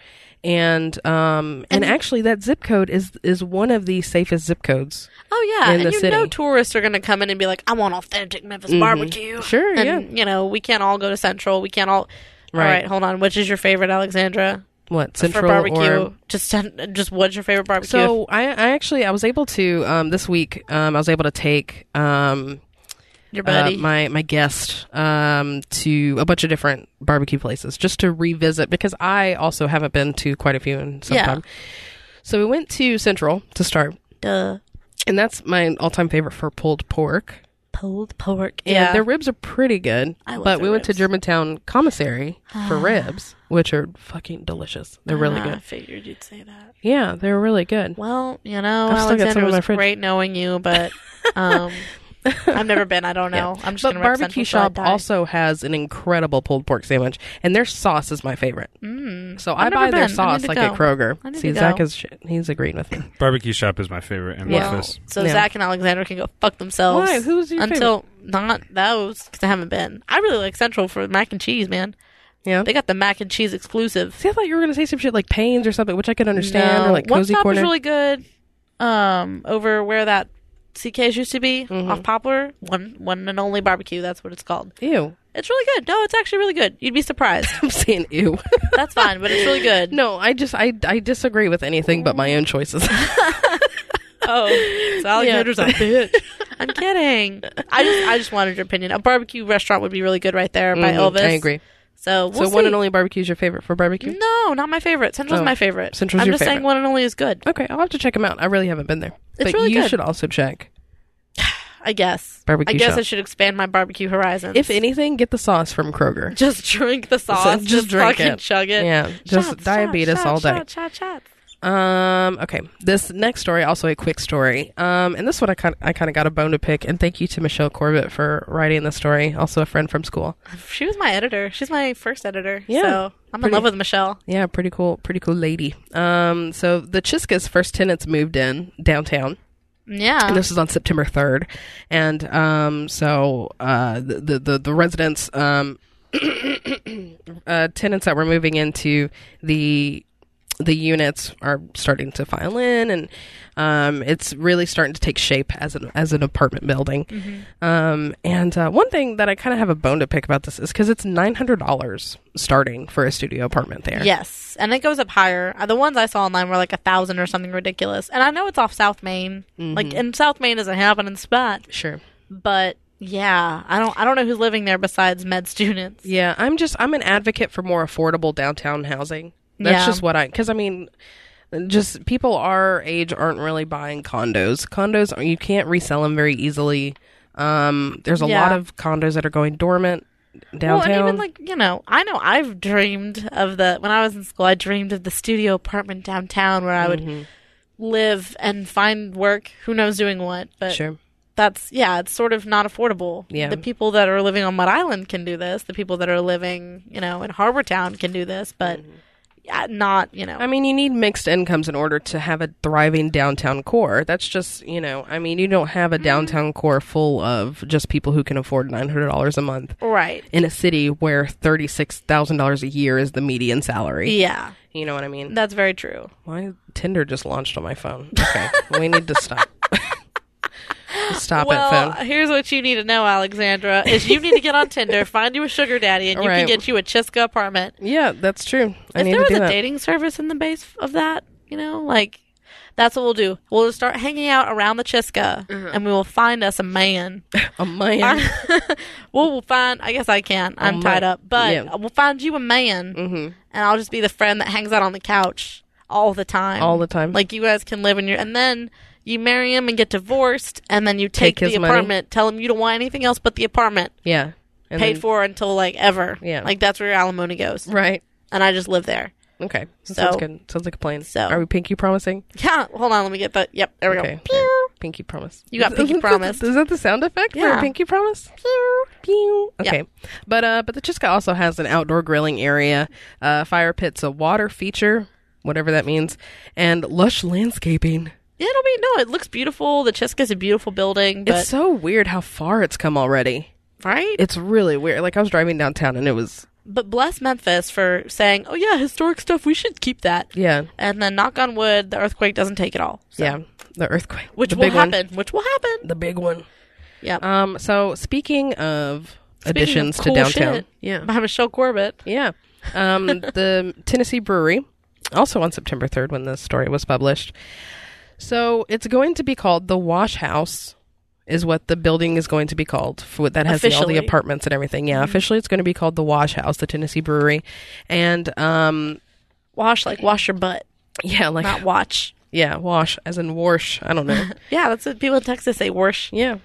Speaker 2: and um, and, actually, that zip code is is one of the safest zip codes.
Speaker 3: Oh yeah,
Speaker 2: in
Speaker 3: and
Speaker 2: the
Speaker 3: you know
Speaker 2: city. Mm-hmm.
Speaker 3: tourists are going to come in and be like, "I want authentic Memphis barbecue."
Speaker 2: Sure,
Speaker 3: and,
Speaker 2: yeah.
Speaker 3: You know, we can't all go to Central. We can't all.
Speaker 2: Right.
Speaker 3: All right, hold on. Which is your favorite, Alexandra,
Speaker 2: What central
Speaker 3: for barbecue?
Speaker 2: or
Speaker 3: Just, just what's your favorite barbecue?
Speaker 2: so? I, I actually I was able to um, this week um, I was able to take um,
Speaker 3: your
Speaker 2: uh,
Speaker 3: buddy.
Speaker 2: my my guest um, to a bunch of different barbecue places just to revisit because I also haven't been to quite a few in some
Speaker 3: Yeah.
Speaker 2: time. So we went to Central to start,
Speaker 3: Duh.
Speaker 2: and that's my all time favorite for pulled pork.
Speaker 3: pulled pork.
Speaker 2: And
Speaker 3: Yeah,
Speaker 2: their ribs are pretty good.
Speaker 3: I love
Speaker 2: but we
Speaker 3: their
Speaker 2: went to
Speaker 3: ribs.
Speaker 2: Germantown Commissary for ribs, which are fucking delicious. They're really
Speaker 3: Ah, I
Speaker 2: good.
Speaker 3: figured you'd say that.
Speaker 2: Yeah, they're really good.
Speaker 3: Well, you know,
Speaker 2: I've still got some in
Speaker 3: Alexandra
Speaker 2: my
Speaker 3: was
Speaker 2: fridge.
Speaker 3: great knowing you, but um, I've never been. I don't know. I'm just
Speaker 2: But
Speaker 3: gonna wreck
Speaker 2: barbecue
Speaker 3: Central
Speaker 2: shop
Speaker 3: till I die.
Speaker 2: also has an incredible pulled pork sandwich, and their sauce is my favorite. Mm. So I
Speaker 3: I've
Speaker 2: buy
Speaker 3: never
Speaker 2: their
Speaker 3: been. I
Speaker 2: sauce
Speaker 3: need to
Speaker 2: like at
Speaker 3: go. I
Speaker 2: Kroger.
Speaker 3: need
Speaker 2: See,
Speaker 3: to go.
Speaker 2: Zach is shit. he's agreeing with me.
Speaker 4: Barbecue shop is my favorite in
Speaker 3: Yeah.
Speaker 4: Memphis.
Speaker 3: Oh, So
Speaker 2: Yeah.
Speaker 3: Zach and Alexander can go fuck themselves.
Speaker 2: Why? Who's your
Speaker 3: until not those because I haven't been. I really like Central for mac and cheese, man.
Speaker 2: Yeah.
Speaker 3: They got the mac and cheese exclusive.
Speaker 2: See, I thought you were gonna say some shit like Payne's or something, which I could understand,
Speaker 3: No.
Speaker 2: or like
Speaker 3: One
Speaker 2: Cozy
Speaker 3: Stop
Speaker 2: Corner.
Speaker 3: is really good. Um, over where that CK's used to be
Speaker 2: Mm-hmm.
Speaker 3: off Poplar, one one and only barbecue. That's what it's called.
Speaker 2: ew,
Speaker 3: It's really good. No, it's actually really good. You'd be surprised.
Speaker 2: I'm saying ew.
Speaker 3: That's fine, but it's really good.
Speaker 2: no, I just I I disagree with anything but my own choices.
Speaker 3: Oh, so Alexander's a bitch. I'm kidding. I just I just wanted your opinion. A barbecue restaurant would be really good right there by
Speaker 2: Mhm,
Speaker 3: Elvis.
Speaker 2: I agree.
Speaker 3: So we'll
Speaker 2: so one
Speaker 3: see.
Speaker 2: and only barbecue is your favorite for barbecue?
Speaker 3: No, not my favorite. Central's
Speaker 2: Oh.
Speaker 3: my favorite.
Speaker 2: Central's
Speaker 3: I'm
Speaker 2: your
Speaker 3: just saying
Speaker 2: favorite.
Speaker 3: one and only is good.
Speaker 2: Okay, I'll have to check them out. I really haven't been there. but
Speaker 3: really
Speaker 2: you
Speaker 3: good.
Speaker 2: should also check.
Speaker 3: I guess.
Speaker 2: Barbecue
Speaker 3: I guess
Speaker 2: shop.
Speaker 3: I should expand my barbecue horizons.
Speaker 2: If anything, get the sauce from Kroger.
Speaker 3: just drink the sauce,
Speaker 2: just
Speaker 3: just,
Speaker 2: drink
Speaker 3: fucking
Speaker 2: it.
Speaker 3: chug it.
Speaker 2: Yeah, just
Speaker 3: Shots,
Speaker 2: diabetes
Speaker 3: shots,
Speaker 2: all day.
Speaker 3: Shots, shots, shots.
Speaker 2: Um, okay. This next story, also a quick story. Um, and this one I kind I kind of got a bone to pick. And thank you to Michelle Corbett for writing the story. Also a friend from school.
Speaker 3: She was my editor. She's my first editor.
Speaker 2: Yeah.
Speaker 3: So I'm in
Speaker 2: Pretty-
Speaker 3: love with Michelle.
Speaker 2: Yeah, pretty cool, pretty cool lady. Um, so the Chiskas first tenants moved in downtown.
Speaker 3: Yeah.
Speaker 2: And this is on September 3rd. And um, so uh, the, the- the, the residents, um, uh, tenants that were moving into the the units are starting to file in and um, it's really starting to take shape as an as an apartment building um, and uh, one thing that i kind of have a bone to pick about this is because it's $900 starting for a studio apartment there
Speaker 3: Yes, and it goes up higher. Uh, The ones I saw online were like a thousand or something ridiculous. And I know it's off South Main,
Speaker 2: Mm-hmm.
Speaker 3: like, and South Main is a happening spot.
Speaker 2: sure
Speaker 3: But yeah, I don't, I don't know who's living there besides med students.
Speaker 2: Yeah, I'm just I'm an advocate for more affordable downtown housing. That's
Speaker 3: Yeah.
Speaker 2: just what I because I mean, just people our age aren't really buying condos. Condos are- you can't resell them very easily. Um, there's a
Speaker 3: Yeah.
Speaker 2: lot of condos that are going dormant downtown.
Speaker 3: Well, and even like you know, I know I've dreamed of the when I was in school. I dreamed of the studio apartment downtown where I would
Speaker 2: Mm-hmm.
Speaker 3: live and find work. Who knows doing what? But
Speaker 2: sure.
Speaker 3: that's yeah, it's sort of not affordable.
Speaker 2: Yeah.
Speaker 3: the people that are living on Mud Island can do this. The people that are living you know in Harbor Town can do this, but
Speaker 2: Mm-hmm.
Speaker 3: yeah, not you know.
Speaker 2: I mean, you need mixed incomes in order to have a thriving downtown core. That's just, you know, I mean, you don't
Speaker 3: Mm-hmm.
Speaker 2: have a downtown core full of just people who can afford $900 a month
Speaker 3: right.
Speaker 2: in a city where $36,000 a year is the median salary.
Speaker 3: Yeah,
Speaker 2: You know what I mean?
Speaker 3: that's very true.
Speaker 2: Why Tinder just launched on my phone? Okay, we need to stop. stop
Speaker 3: well, uh,
Speaker 2: it, phone.
Speaker 3: here's what you need to know, Alexandra: is you need to get on Tinder, find you a sugar daddy, and you
Speaker 2: Right.
Speaker 3: can get you a Chiska apartment.
Speaker 2: Yeah, that's true. I
Speaker 3: if
Speaker 2: need
Speaker 3: there
Speaker 2: to
Speaker 3: was
Speaker 2: do
Speaker 3: a
Speaker 2: that.
Speaker 3: dating service in the base of that, you know, like that's what we'll do. We'll just start hanging out around the Chiska,
Speaker 2: Uh-huh.
Speaker 3: and we will find us a man.
Speaker 2: A man.
Speaker 3: we'll, we'll find. I guess I can. I'm
Speaker 2: my-
Speaker 3: tied up, but
Speaker 2: yeah. Mm-hmm.
Speaker 3: we'll find you a man, and I'll just be the friend that hangs out on the couch all the time.
Speaker 2: All the time.
Speaker 3: Like you guys can live in your, and then you marry him and get divorced, and then you take,
Speaker 2: Take his
Speaker 3: the
Speaker 2: money.
Speaker 3: apartment. Tell him you don't want anything else but the apartment.
Speaker 2: yeah. And
Speaker 3: paid
Speaker 2: then-
Speaker 3: for until like ever.
Speaker 2: Yeah.
Speaker 3: Like that's where your alimony goes.
Speaker 2: Right.
Speaker 3: And I just live there.
Speaker 2: Okay. That
Speaker 3: So-
Speaker 2: sounds good. Sounds like a plan.
Speaker 3: so-
Speaker 2: Are we pinky promising?
Speaker 3: Yeah, hold on, let me get that. Yep, there we
Speaker 2: Okay.
Speaker 3: go. Pew.
Speaker 2: Pinky promise.
Speaker 3: You got pinky
Speaker 2: Isn't that-
Speaker 3: promised.
Speaker 2: Is that the sound effect for
Speaker 3: Yeah.
Speaker 2: pinky promise?
Speaker 3: Pew.
Speaker 2: Pew. Okay, but uh, but the Chiska also has an outdoor grilling area, uh, fire pits, a water feature, whatever that means, and lush landscaping.
Speaker 3: Yeah, It'll be no, it looks beautiful. The Chiska's a beautiful building, but
Speaker 2: it's so weird how far it's come already.
Speaker 3: right?
Speaker 2: It's really weird. Like I was driving downtown and it was
Speaker 3: but bless Memphis for saying, "Oh yeah, historic stuff, we should keep that."
Speaker 2: yeah
Speaker 3: And then knock on wood, the earthquake doesn't take it all. So-
Speaker 2: yeah the earthquake,
Speaker 3: Which
Speaker 2: the
Speaker 3: will
Speaker 2: big one.
Speaker 3: happen, which will happen.
Speaker 2: the big one.
Speaker 3: Yeah.
Speaker 2: Um. So speaking of additions
Speaker 3: Speaking
Speaker 2: to
Speaker 3: of cool
Speaker 2: downtown,
Speaker 3: shit
Speaker 2: yeah,
Speaker 3: By Michelle Corbett.
Speaker 2: Yeah. Um, the Tennessee Brewery, also on September 3rd when this story was published. So it's going to be called the Wash House, is what the building is going to be called. For, that has the- all the
Speaker 3: Officially. Mm-hmm.
Speaker 2: apartments and everything. Yeah, officially it's going to be called the Wash House, the Tennessee Brewery. And um,
Speaker 3: Wash like wash your butt,
Speaker 2: yeah, like,
Speaker 3: not watch.
Speaker 2: yeah, wash, as in wash. I don't know.
Speaker 3: Yeah, that's what people in Texas say, wash.
Speaker 2: yeah.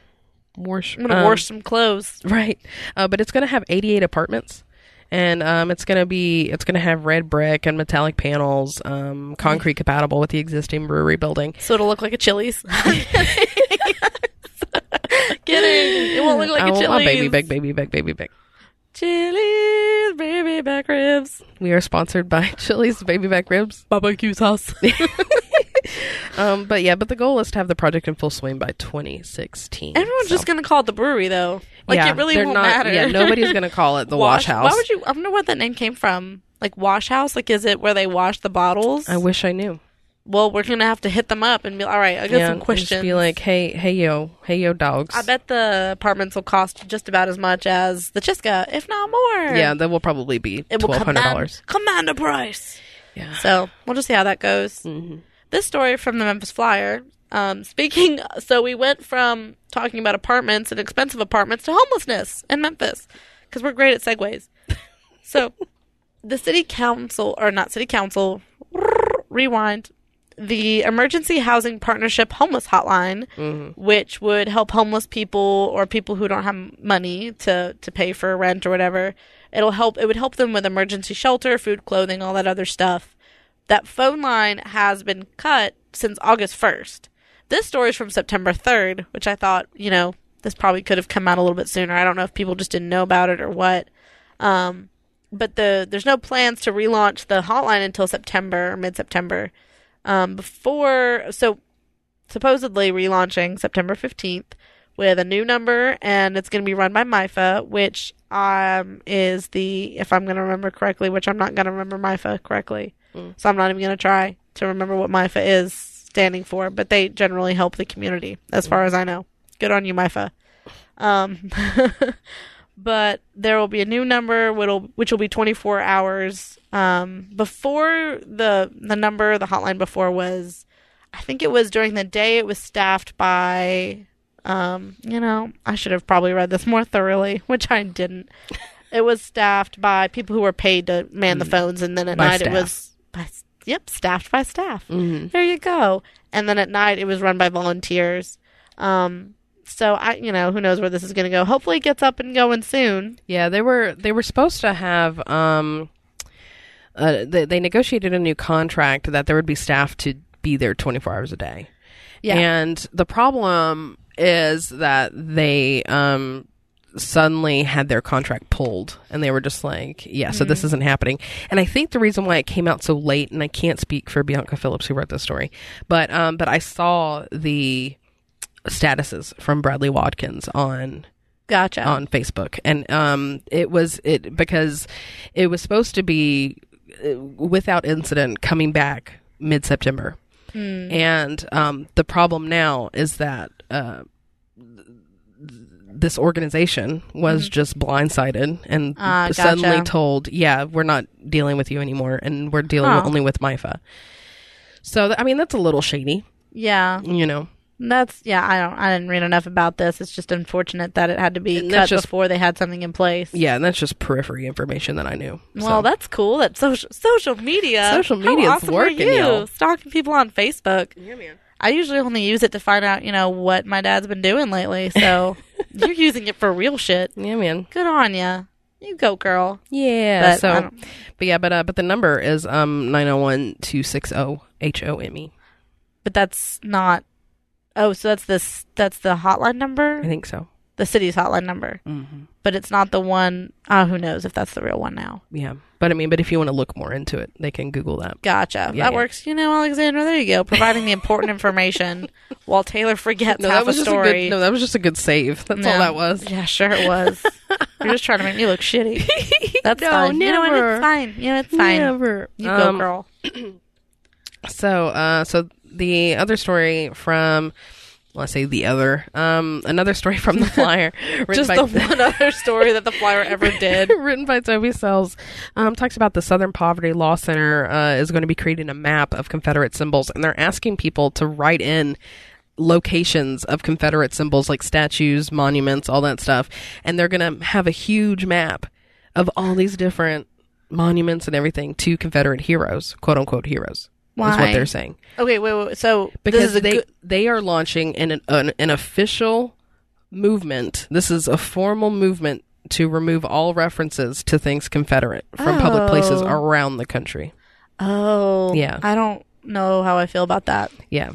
Speaker 2: Wash.
Speaker 3: I'm going to
Speaker 2: Um,
Speaker 3: wash some clothes.
Speaker 2: Right. Uh, but it's going to have 88 apartments. And um, it's gonna be it's gonna have red brick and metallic panels, um, concrete compatible with the existing brewery building.
Speaker 3: So it'll look like a Chili's. Kidding. It won't Oh, look like
Speaker 2: I
Speaker 3: a
Speaker 2: want
Speaker 3: Chili's.
Speaker 2: my baby big, baby big, baby big.
Speaker 3: Chili's baby back ribs.
Speaker 2: We are sponsored by Chili's Baby Back Ribs.
Speaker 3: Barbecue sauce.
Speaker 2: Um, but yeah, but the goal is to have the project in full swing by 2016.
Speaker 3: Everyone's
Speaker 2: So-
Speaker 3: just gonna call it the brewery though. Like
Speaker 2: yeah,
Speaker 3: it really
Speaker 2: they're
Speaker 3: won't
Speaker 2: not-
Speaker 3: matter.
Speaker 2: Yeah, nobody's gonna call it the wash, house.
Speaker 3: Why would you? I wonder where that name came from. Like wash house. Like is it where they wash the bottles?
Speaker 2: I wish I knew.
Speaker 3: well, we're gonna have to hit them up and be all right. I got
Speaker 2: yeah,
Speaker 3: some
Speaker 2: and Just
Speaker 3: questions.
Speaker 2: be like, hey, hey yo, hey yo, dogs.
Speaker 3: I bet the apartments will cost just about as much as the Chiska, if not more.
Speaker 2: Yeah, that will probably be
Speaker 3: it will
Speaker 2: twelve hundred
Speaker 3: command,
Speaker 2: dollars.
Speaker 3: command a price.
Speaker 2: Yeah. Mm-hmm.
Speaker 3: So we'll just see how that goes. This story from the Memphis Flyer. Um, speaking, so we went from talking about apartments and expensive apartments to homelessness in Memphis because we're great at segues. so the city council, or not city council, rewind. The Emergency Housing Partnership Homeless Hotline, which would help homeless people or people who don't have money to, to pay for rent or whatever. It'll help. It would help them with emergency shelter, food, clothing, all that other stuff. That phone line has been cut since August first. This story is from September third, which I thought you know this probably could have come out a little bit sooner. I don't know if people just didn't know about it or what. Um, but the there's no plans to relaunch the hotline until September, mid September. Um, before so supposedly relaunching September 15th with a new number, and it's going to be run by MIFA, which um is the if I'm going to remember correctly, which I'm not going to remember MIFA correctly, so I'm not even going to try to remember what MIFA is standing for. But they generally help the community, as far as I know. Good on you, MIFA. Um, but there will be a new number which'll which will be 24 hours um before the the number the hotline before was i think it was during the day it was staffed by um you know i should have probably read this more thoroughly which i didn't it was staffed by people who were paid to man the phones and then at
Speaker 2: Mm. By
Speaker 3: night
Speaker 2: staff. Mm-hmm.
Speaker 3: it was by s- yep, staffed by staff. There you go. And then at night, it was run by volunteers. Um, so I, you know, who knows where this is going to go? Hopefully, it gets up and going soon.
Speaker 2: Yeah, they were they were supposed to have um, uh, they, they negotiated a new contract that there would be staff to be there 24 hours a day.
Speaker 3: Yeah.
Speaker 2: And the problem is that they um suddenly had their contract pulled and they were just like, yeah, so this isn't happening. And I think the reason why it came out so late and I can't speak for Bianca Phillips who wrote this story, but um but I saw the statuses from Bradley Watkins on
Speaker 3: Gotcha.
Speaker 2: on Facebook, and um, it was it because it was supposed to be uh, without incident coming back mid September,
Speaker 3: Hmm.
Speaker 2: and um, the problem now is that uh, th- this organization was just blindsided and
Speaker 3: Mm-hmm. Ah, gotcha.
Speaker 2: suddenly told, "Yeah, we're not dealing with you anymore, and we're dealing
Speaker 3: Huh.
Speaker 2: only with MIFA." So th- I mean, that's a little shady,
Speaker 3: yeah.
Speaker 2: you know.
Speaker 3: That's yeah. I don't. I didn't read enough about this. It's just unfortunate that it had to be
Speaker 2: And
Speaker 3: cut
Speaker 2: that's just-
Speaker 3: before they had something in place.
Speaker 2: Yeah, and that's just periphery information that I knew.
Speaker 3: Well,
Speaker 2: so.
Speaker 3: that's cool. That social social media.
Speaker 2: Social
Speaker 3: How
Speaker 2: media's
Speaker 3: awesome are
Speaker 2: working,
Speaker 3: you
Speaker 2: y'all.
Speaker 3: stalking people on Facebook. I usually only use it to find out, you know, what my dad's been doing lately. So you're using it for real shit.
Speaker 2: yeah, man.
Speaker 3: Good on ya. You go, girl.
Speaker 2: Yeah.
Speaker 3: But I
Speaker 2: so,
Speaker 3: don't-
Speaker 2: but yeah, but uh, but the number is um nine zero one two six zero H O M E.
Speaker 3: But that's not. Oh, so that's this. That's the hotline number.
Speaker 2: I think so.
Speaker 3: the city's hotline number.
Speaker 2: Mm-hmm.
Speaker 3: But it's not the one. Oh, who knows if that's the real one now?
Speaker 2: Yeah. But I mean, but if you want to look more into it, they can Google that.
Speaker 3: Gotcha.
Speaker 2: Yeah,
Speaker 3: that
Speaker 2: yeah.
Speaker 3: works. You know, Alexandra, there you go. Providing the important information while Taylor forgets half
Speaker 2: that was
Speaker 3: a
Speaker 2: just
Speaker 3: story.
Speaker 2: a good. No, that was just a good save. That's all
Speaker 3: No.
Speaker 2: that was.
Speaker 3: Yeah, sure it was. You're just trying to make me look shitty. That's
Speaker 2: No,
Speaker 3: fine. You know what?
Speaker 2: never.
Speaker 3: It's fine. You know, it's fine.
Speaker 2: Never.
Speaker 3: You
Speaker 2: Um,
Speaker 3: go, girl.
Speaker 2: So, uh, so the other story from. Let's say the other, um, another story from the flyer, written
Speaker 3: Just
Speaker 2: by-
Speaker 3: the one other story that the flyer ever did.
Speaker 2: written by Toby Sells, um, talks about the Southern Poverty Law Center uh, is going to be creating a map of Confederate symbols, and they're asking people to write in locations of Confederate symbols like statues, monuments, all that stuff, and they're going to have a huge map of all these different monuments and everything to Confederate heroes, quote unquote heroes. Is
Speaker 3: Why?
Speaker 2: what they're saying
Speaker 3: Okay, wait, wait. wait. So this
Speaker 2: because
Speaker 3: is a
Speaker 2: they
Speaker 3: good,
Speaker 2: they are launching an, an an official movement. This is a formal movement to remove all references to things Confederate from public places
Speaker 3: Oh.
Speaker 2: around the country.
Speaker 3: oh
Speaker 2: Yeah.
Speaker 3: I don't know how I feel about that.
Speaker 2: Yeah,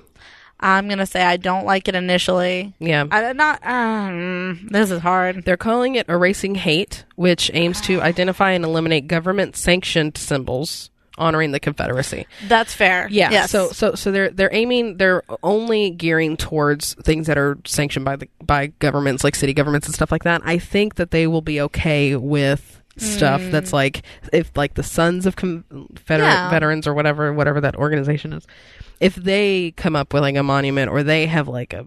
Speaker 3: I'm gonna say I don't like it initially.
Speaker 2: yeah.
Speaker 3: I not. Um, this is hard.
Speaker 2: They're calling it erasing hate, which aims to identify and eliminate government-sanctioned symbols honoring the Confederacy.
Speaker 3: That's fair.
Speaker 2: Yeah.
Speaker 3: Yes.
Speaker 2: So so so they're they're aiming they're only gearing towards things that are sanctioned by the by governments like city governments and stuff like that. I think that they will be okay with stuff that's like if like the Sons of Confederate
Speaker 3: Mm. Yeah.
Speaker 2: Veterans or whatever whatever that organization is, if they come up with like a monument or they have like a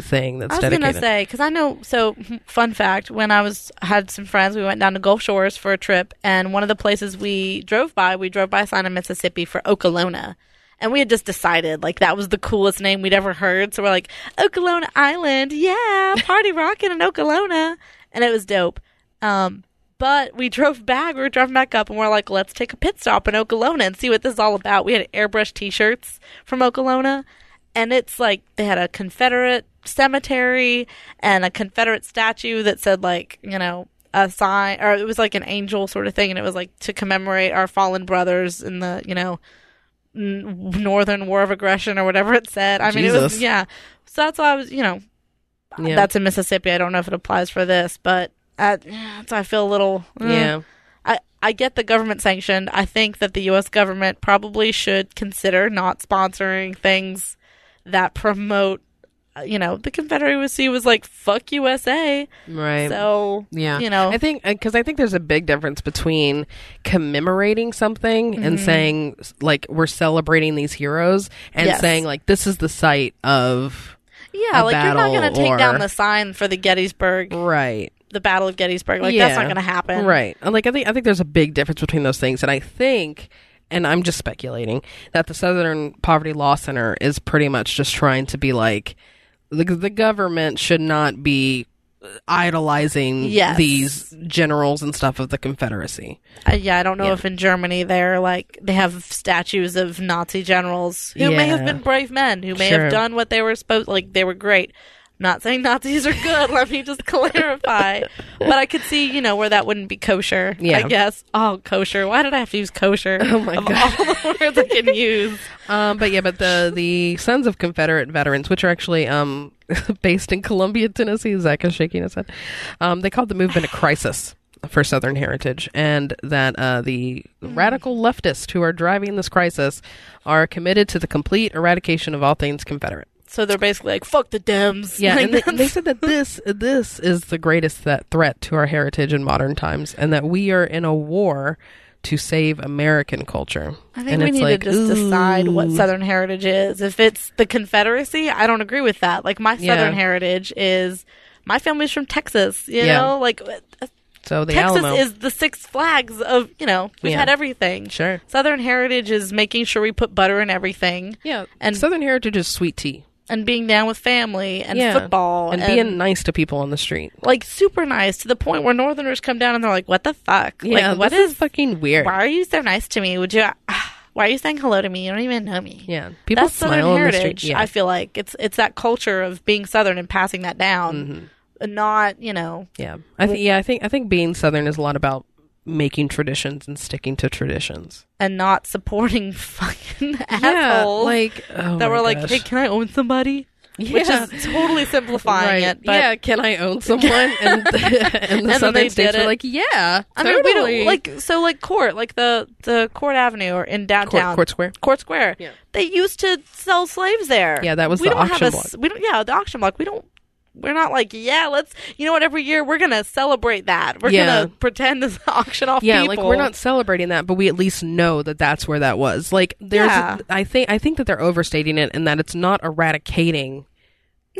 Speaker 2: thing that's
Speaker 3: I was
Speaker 2: dedicated.
Speaker 3: gonna say because I know. So fun fact: when I was had some friends, we went down to Gulf Shores for a trip, and one of the places we drove by, we drove by a sign in Mississippi for Okolona. And we had just decided, like, that was the coolest name we'd ever heard. So we're like, Okolona Island, yeah, party rocking in Okolona. And it was dope. Um, but we drove back, we were driving back up, and we're like, let's take a pit stop in Okolona and see what this is all about. We had airbrush t shirts from Okolona, and it's like they had a Confederate cemetery and a Confederate statue that said, like, you know, a sign, or it was like an angel sort of thing, and it was like to commemorate our fallen brothers in the, you know, n- Northern War of Aggression or whatever it said. I mean, it was,
Speaker 2: Jesus.
Speaker 3: yeah. So that's why I was, you know,
Speaker 2: yeah.
Speaker 3: that's in Mississippi. I don't know if it applies for this, but uh, so I feel a little. uh,
Speaker 2: yeah.
Speaker 3: I, I get the government sanctioned. I think that the U.S. government probably should consider not sponsoring things that promote, uh, you know, the Confederacy was like, fuck USA.
Speaker 2: Right.
Speaker 3: So,
Speaker 2: Yeah.
Speaker 3: you know,
Speaker 2: I think because I think there's a big difference between commemorating something
Speaker 3: Mm-hmm.
Speaker 2: and saying s- like we're celebrating these heroes and
Speaker 3: Yes.
Speaker 2: saying like this is the site of
Speaker 3: yeah,
Speaker 2: a
Speaker 3: like you're not
Speaker 2: battle
Speaker 3: going to take
Speaker 2: or-
Speaker 3: down the sign for the Gettysburg,
Speaker 2: right.
Speaker 3: the Battle of Gettysburg. Like, that's
Speaker 2: Yeah.
Speaker 3: not going to happen.
Speaker 2: Right. And, Like I think I think there's a big difference between those things and I think and I'm just speculating that the Southern Poverty Law Center is pretty much just trying to be like the, the government should not be idolizing
Speaker 3: Yes.
Speaker 2: these generals and stuff of the Confederacy.
Speaker 3: Uh, yeah, I don't know
Speaker 2: Yeah.
Speaker 3: if in Germany they're like they have statues of Nazi generals who may have
Speaker 2: Yeah.
Speaker 3: been brave men who may
Speaker 2: Sure.
Speaker 3: have done what they were supposed like they were great. Not saying Nazis are good. let me just clarify. But I could see you know where that wouldn't be kosher.
Speaker 2: Yeah.
Speaker 3: I guess. Oh, kosher. Why did I have to use kosher?
Speaker 2: Oh my
Speaker 3: of
Speaker 2: God.
Speaker 3: All the words I can use.
Speaker 2: Um, but yeah, but the the Sons of Confederate Veterans, which are actually um, based in Columbia, Tennessee, Zach is shaking his head. Um, they called the movement a crisis for Southern heritage, and that uh, the radical leftists who are driving this crisis are committed to the complete eradication of all things Confederate.
Speaker 3: So they're basically like fuck the Dems.
Speaker 2: Yeah,
Speaker 3: Like,
Speaker 2: and they,
Speaker 3: that's-
Speaker 2: they said that this this is the greatest that threat to our heritage in modern times, and that we are in a war to save American culture.
Speaker 3: I think
Speaker 2: and
Speaker 3: we
Speaker 2: it's
Speaker 3: need
Speaker 2: like,
Speaker 3: to just decide what
Speaker 2: ooh.
Speaker 3: Southern heritage is. If it's the Confederacy, I don't agree with that. Like my
Speaker 2: Yeah.
Speaker 3: Southern heritage is my family's from Texas. You
Speaker 2: Yeah.
Speaker 3: know, like uh,
Speaker 2: So the
Speaker 3: Texas
Speaker 2: Alamo.
Speaker 3: is the Six Flags of you know we've
Speaker 2: Yeah.
Speaker 3: had everything.
Speaker 2: Sure.
Speaker 3: Southern heritage is making sure we put butter in everything
Speaker 2: Yeah,
Speaker 3: and-
Speaker 2: and Southern heritage is sweet tea
Speaker 3: and being down with family and
Speaker 2: Yeah.
Speaker 3: football
Speaker 2: Oh, and, being nice to people on the street.
Speaker 3: like super nice to the point where Northerners come down and they're like, "What the fuck?
Speaker 2: Yeah,
Speaker 3: like, what
Speaker 2: this
Speaker 3: is?
Speaker 2: is, fucking weird.
Speaker 3: why are you so nice to me? Would you? Why are you saying hello to me? You don't even know me.
Speaker 2: Yeah, people
Speaker 3: that's
Speaker 2: smile
Speaker 3: Southern
Speaker 2: on
Speaker 3: heritage.
Speaker 2: the street. Yeah,
Speaker 3: I feel like it's it's that culture of being Southern and passing that down,
Speaker 2: Mm-hmm.
Speaker 3: And not you know.
Speaker 2: yeah. I think yeah, I think I think being Southern is a lot about making traditions and sticking to traditions.
Speaker 3: And not supporting fucking assholes
Speaker 2: like oh
Speaker 3: that
Speaker 2: my
Speaker 3: were like,
Speaker 2: gosh.
Speaker 3: "Hey, can I own somebody?" Which
Speaker 2: Yeah.
Speaker 3: is totally simplifying
Speaker 2: Right.
Speaker 3: it. But
Speaker 2: yeah, can I own someone? And, and the
Speaker 3: then they
Speaker 2: southern states
Speaker 3: did
Speaker 2: were
Speaker 3: it.
Speaker 2: like, yeah,
Speaker 3: I mean,
Speaker 2: totally.
Speaker 3: we don't like so like court, like the the court avenue or in downtown
Speaker 2: Court Square.
Speaker 3: Court Square.
Speaker 2: Yeah.
Speaker 3: They used to sell slaves there.
Speaker 2: Yeah, that was
Speaker 3: we
Speaker 2: the
Speaker 3: don't
Speaker 2: auction
Speaker 3: have a,
Speaker 2: block.
Speaker 3: s- We don't. Yeah, the auction block. We don't. We're not like yeah. Let's. You know what? Every year we're gonna celebrate that. We're
Speaker 2: Yeah.
Speaker 3: gonna pretend to auction off.
Speaker 2: yeah,
Speaker 3: people.
Speaker 2: like we're not celebrating that, but we at least know that that's where that was. Like, there's,
Speaker 3: Yeah.
Speaker 2: I think, I think that they're overstating it, and that it's not eradicating.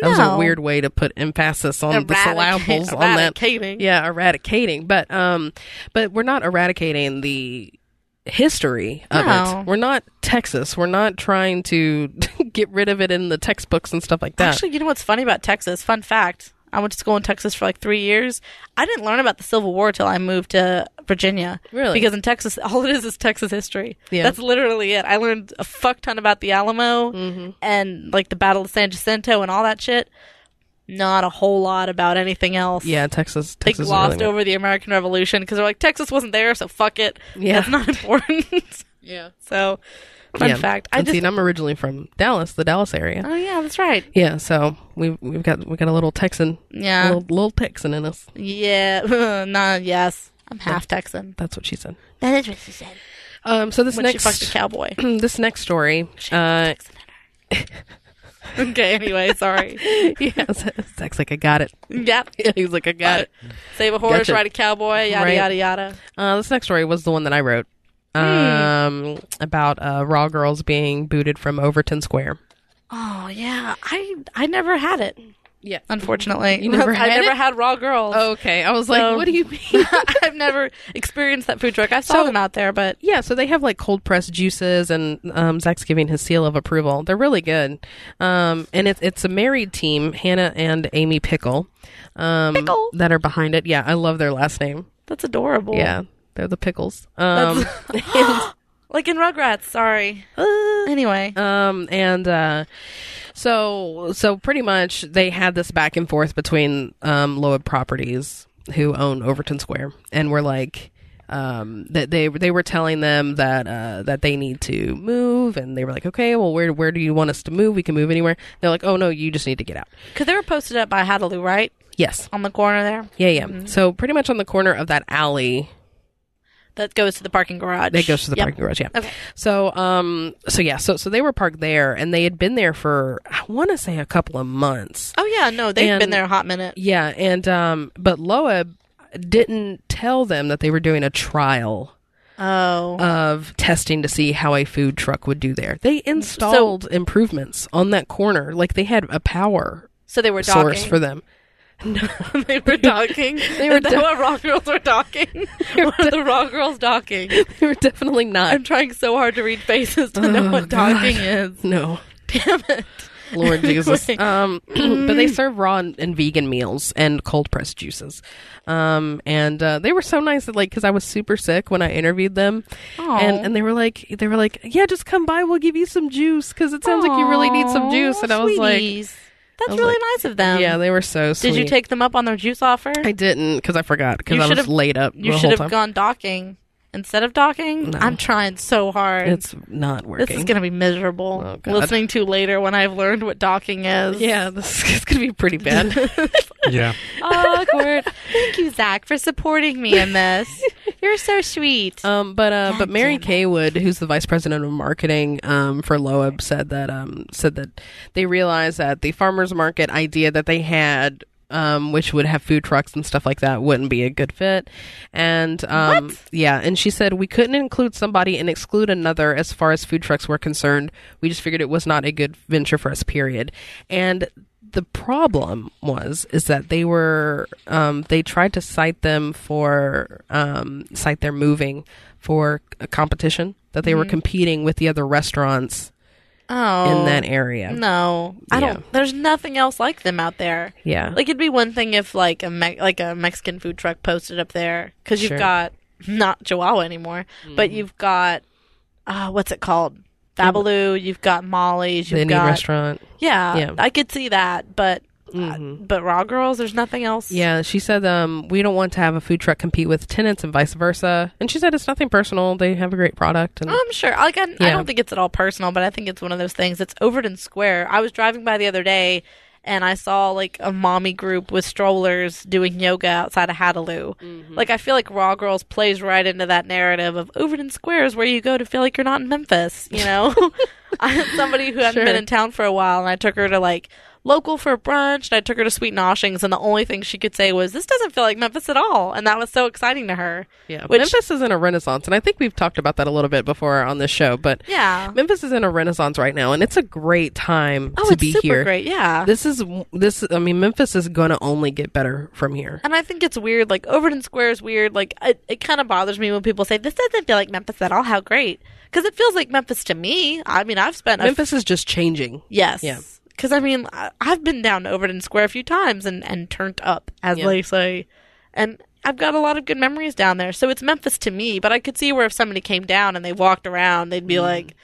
Speaker 2: That was
Speaker 3: No.
Speaker 2: a weird way to put emphasis on the
Speaker 3: Eradicate-
Speaker 2: syllables on that.
Speaker 3: eradicating.
Speaker 2: Yeah, eradicating, but um, but we're not eradicating the history of
Speaker 3: No.
Speaker 2: it. We're not Texas. We're not trying to get rid of it in the textbooks and stuff like that.
Speaker 3: Actually, you know what's funny about Texas? Fun fact. I went to school in Texas for like three years. I didn't learn about the Civil War till I moved to Virginia.
Speaker 2: Really?
Speaker 3: Because in Texas, all it is is Texas history.
Speaker 2: Yeah.
Speaker 3: That's literally it. I learned a fuck ton about the Alamo
Speaker 2: Mm-hmm.
Speaker 3: and like the Battle of San Jacinto and all that shit. Not a whole lot about anything else.
Speaker 2: yeah, Texas.
Speaker 3: They
Speaker 2: Texas is really
Speaker 3: glossed
Speaker 2: weird.
Speaker 3: over the American Revolution because they're like, Texas wasn't there, so fuck it.
Speaker 2: Yeah.
Speaker 3: It's not important.
Speaker 2: Yeah.
Speaker 3: so, fun
Speaker 2: yeah.
Speaker 3: fact. I
Speaker 2: And
Speaker 3: just.
Speaker 2: see, and I'm originally from Dallas, the Dallas area.
Speaker 3: oh, yeah, that's right.
Speaker 2: Yeah, so we we've got we got a little Texan,
Speaker 3: Yeah.
Speaker 2: little, little Texan in us.
Speaker 3: Yeah, nah, yes. I'm half Texan.
Speaker 2: That's what she said.
Speaker 3: That is what she said.
Speaker 2: Um, so this
Speaker 3: When she fucked a
Speaker 2: next Uh,
Speaker 3: cowboy.
Speaker 2: this next story, uh,
Speaker 3: okay, anyway, sorry.
Speaker 2: yeah, Zach's like I got it.
Speaker 3: Yep. Uh,
Speaker 2: He's like I got it.
Speaker 3: Save a horse,
Speaker 2: Gotcha.
Speaker 3: ride a cowboy, yada,
Speaker 2: Right.
Speaker 3: yada, yada.
Speaker 2: Uh, this next story was the one that I wrote um, about uh, raw girls being booted from Overton Square.
Speaker 3: Oh, yeah. I I never had it,
Speaker 2: Yeah.
Speaker 3: unfortunately.
Speaker 2: You never
Speaker 3: I
Speaker 2: had
Speaker 3: never
Speaker 2: it?
Speaker 3: had raw girls.
Speaker 2: Okay, I was like,
Speaker 3: So-
Speaker 2: what do you mean?
Speaker 3: I've never experienced that food truck. I saw
Speaker 2: So-
Speaker 3: them out there, but
Speaker 2: Yeah, so they have like cold pressed juices, and um, Zach's giving his seal of approval. They're really good, um, and it's it's a married team, Hannah and Amy Pickle, um,
Speaker 3: Pickle.
Speaker 2: that are behind it. Yeah, I love their last name.
Speaker 3: that's adorable.
Speaker 2: Yeah, they're the pickles. Um,
Speaker 3: Like in Rugrats, sorry.
Speaker 2: Uh.
Speaker 3: Anyway.
Speaker 2: um, and uh, so so pretty much they had this back and forth between um, Loeb Properties, who own Overton Square, and were like. Um, that they they were telling them that uh, that they need to move, and they were like, okay, well, where where do you want us to move? We can move anywhere. They're like, oh no, you just need to get out.
Speaker 3: Because they were posted up by Hadaloo, right?
Speaker 2: Yes,
Speaker 3: On the corner there.
Speaker 2: yeah, yeah. So pretty much on the corner of that alley
Speaker 3: That goes to the parking garage.
Speaker 2: It goes to the
Speaker 3: Yep.
Speaker 2: parking garage. Yeah.
Speaker 3: Okay.
Speaker 2: So, um, so yeah, so so they were parked there, and they had been there for I want to say a couple of months.
Speaker 3: Oh yeah, no, they've been
Speaker 2: And-
Speaker 3: there a hot minute.
Speaker 2: Yeah, and um, but Loeb didn't tell them that they were doing a trial
Speaker 3: Oh,
Speaker 2: of testing to see how a food truck would do there. They installed improvements on that corner, like they had a power
Speaker 3: so they were talking.
Speaker 2: source for them.
Speaker 3: they were talking. they
Speaker 2: were
Speaker 3: were
Speaker 2: dock-
Speaker 3: what raw girls were talking. what are the raw girls talking?
Speaker 2: they were definitely not.
Speaker 3: I'm trying so hard to read faces to know
Speaker 2: Oh,
Speaker 3: what
Speaker 2: God.
Speaker 3: talking is.
Speaker 2: no.
Speaker 3: Damn it!
Speaker 2: Lord Jesus.
Speaker 3: Right.
Speaker 2: Um, but
Speaker 3: mm.
Speaker 2: they serve raw and, and vegan meals and cold pressed juices. Um, and uh, they were so nice that like because I was super sick when I interviewed them, and and they were like they were like yeah just come by we'll give you some juice because it sounds like you really need some juice. And I was like
Speaker 3: Sweeties. that's
Speaker 2: I was
Speaker 3: really
Speaker 2: like,
Speaker 3: nice of them.
Speaker 2: yeah they were so sweet.
Speaker 3: Um, Did you take them up on their juice offer?
Speaker 2: I didn't because I forgot because
Speaker 3: You
Speaker 2: I was
Speaker 3: should've-
Speaker 2: laid up.
Speaker 3: you
Speaker 2: the whole
Speaker 3: should have
Speaker 2: time.
Speaker 3: gone docking instead of docking. I'm trying so hard.
Speaker 2: It's not working.
Speaker 3: this is gonna be miserable.
Speaker 2: Oh, God.
Speaker 3: Listening to later when I've learned what docking is.
Speaker 2: yeah, this is gonna be pretty bad.
Speaker 4: Yeah.
Speaker 3: Awkward. Thank you, Zach, for supporting me in this. You're so sweet.
Speaker 2: Um, but uh, but Mary
Speaker 3: damn it.
Speaker 2: Kay Wood, who's the vice president of marketing um, for Loeb, said that um, said that they realized that the farmers market idea that they had, um, which would have food trucks and stuff like that, wouldn't be a good fit. And um, yeah, and she said we couldn't include somebody and exclude another as far as food trucks were concerned. We just figured it was not a good venture for us. Period. And the problem was is that they were um, they tried to cite them for um, cite their moving for a competition that they were competing with the other restaurants
Speaker 3: Mm-hmm. oh
Speaker 2: in that area.
Speaker 3: no, I
Speaker 2: Yeah.
Speaker 3: don't. There's nothing else like them out there.
Speaker 2: Yeah,
Speaker 3: Like it'd be one thing if like a Me- like a Mexican food truck posted up there because you've
Speaker 2: Sure. Mm-hmm.
Speaker 3: got not Chihuahua anymore, but you've got uh, what's it called? Babalu. You've got Molly's.
Speaker 2: the
Speaker 3: You've
Speaker 2: Indian
Speaker 3: got
Speaker 2: restaurant.
Speaker 3: Yeah,
Speaker 2: Yeah. Mm-hmm.
Speaker 3: I could see that, but uh, but raw girls, there's nothing else.
Speaker 2: Yeah, she said um, we don't want to have a food truck compete with tenants and vice versa. And she said it's nothing personal. They have a great product. And
Speaker 3: I'm sure. Like, I, I
Speaker 2: Yeah.
Speaker 3: don't think it's at all personal, but I think it's one of those things. It's Overton Square. I was driving by the other day, and I saw like a mommy group with strollers doing yoga outside of Hadaloo. Like, I feel like Raw Girls plays right into that narrative of Overton Square is where you go to feel like you're not in Memphis. You know, I had somebody who hadn't
Speaker 2: Sure.
Speaker 3: been in town for a while, and I took her to like local for brunch and I took her to Sweet Noshings and the only thing she could say was this doesn't feel like Memphis at all and that was so exciting to her.
Speaker 2: yeah,
Speaker 3: which-
Speaker 2: Memphis is in a renaissance, and I think we've talked about that a little bit before on this show. But
Speaker 3: Yeah.
Speaker 2: Memphis is in a renaissance right now, and it's a great time
Speaker 3: Oh,
Speaker 2: to
Speaker 3: it's
Speaker 2: be
Speaker 3: super
Speaker 2: here.
Speaker 3: great. Yeah.
Speaker 2: this is this i mean memphis is going to only get better from here
Speaker 3: And I think it's weird. Like Overton Square is weird. Like it, it kind of bothers me when people say this doesn't feel like Memphis at all. How great? Because it feels like Memphis to me. I mean, I've spent a f-
Speaker 2: memphis is just changing
Speaker 3: yes.
Speaker 2: Yeah.
Speaker 3: Because I mean, I, I've been down to Overton Square a few times and and turned up, as
Speaker 2: Yeah.
Speaker 3: they say, and I've got a lot of good memories down there. So it's Memphis to me. But I could see where if somebody came down and they walked around, they'd be
Speaker 2: Mm.
Speaker 3: like,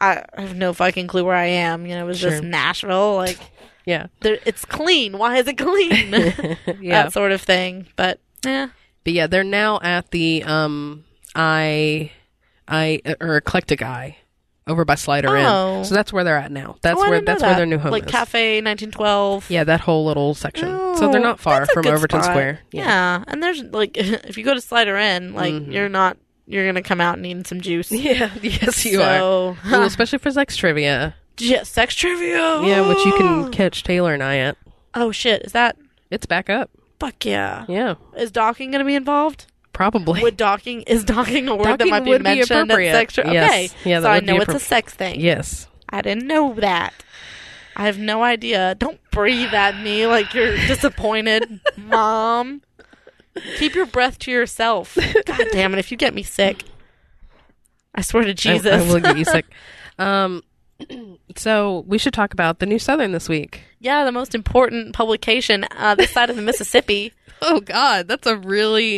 Speaker 3: I have no fucking clue where I am. You know, it was just Nashville. Like
Speaker 2: yeah
Speaker 3: there, it's clean. Why is it clean?
Speaker 2: yeah
Speaker 3: that sort of thing. But yeah,
Speaker 2: but yeah they're now at the um i i or eclectic eye over by slider
Speaker 3: Oh.
Speaker 2: inn so that's where they're at now that's
Speaker 3: Oh, I
Speaker 2: where
Speaker 3: didn't know
Speaker 2: that's where
Speaker 3: that.
Speaker 2: their new home
Speaker 3: like
Speaker 2: is
Speaker 3: Cafe 1912.
Speaker 2: yeah that whole little section so they're not far
Speaker 3: That's a
Speaker 2: from
Speaker 3: good
Speaker 2: overton
Speaker 3: spot.
Speaker 2: square
Speaker 3: Yeah. and there's like if you go to Slider Inn, like
Speaker 2: Mm-hmm.
Speaker 3: you're not you're gonna come out needing some juice.
Speaker 2: yeah yes you are
Speaker 3: so,
Speaker 2: Ooh, especially for sex trivia
Speaker 3: yeah, sex trivia.
Speaker 2: yeah which you can catch taylor and i at
Speaker 3: Oh shit, is that
Speaker 2: it's back up
Speaker 3: fuck yeah?
Speaker 2: yeah
Speaker 3: Is docking gonna be involved?
Speaker 2: probably
Speaker 3: Would docking is docking a word
Speaker 2: Docking
Speaker 3: that might be
Speaker 2: would be
Speaker 3: mentioned at
Speaker 2: appropriate.
Speaker 3: sex? Tri-
Speaker 2: Yes.
Speaker 3: Okay,
Speaker 2: Yeah,
Speaker 3: so
Speaker 2: that
Speaker 3: I
Speaker 2: would be
Speaker 3: know it's a
Speaker 2: appro-
Speaker 3: sex thing.
Speaker 2: yes
Speaker 3: I didn't know that. I have no idea. Don't breathe at me like you're disappointed, mom. Keep your breath to yourself. God damn it! If you get me sick, I swear to
Speaker 2: I-
Speaker 3: Jesus.
Speaker 2: I, will get you sick. Um, so we should talk about the New Southern this week.
Speaker 3: yeah, the most important publication uh, this side of the Mississippi.
Speaker 2: Oh God, that's a really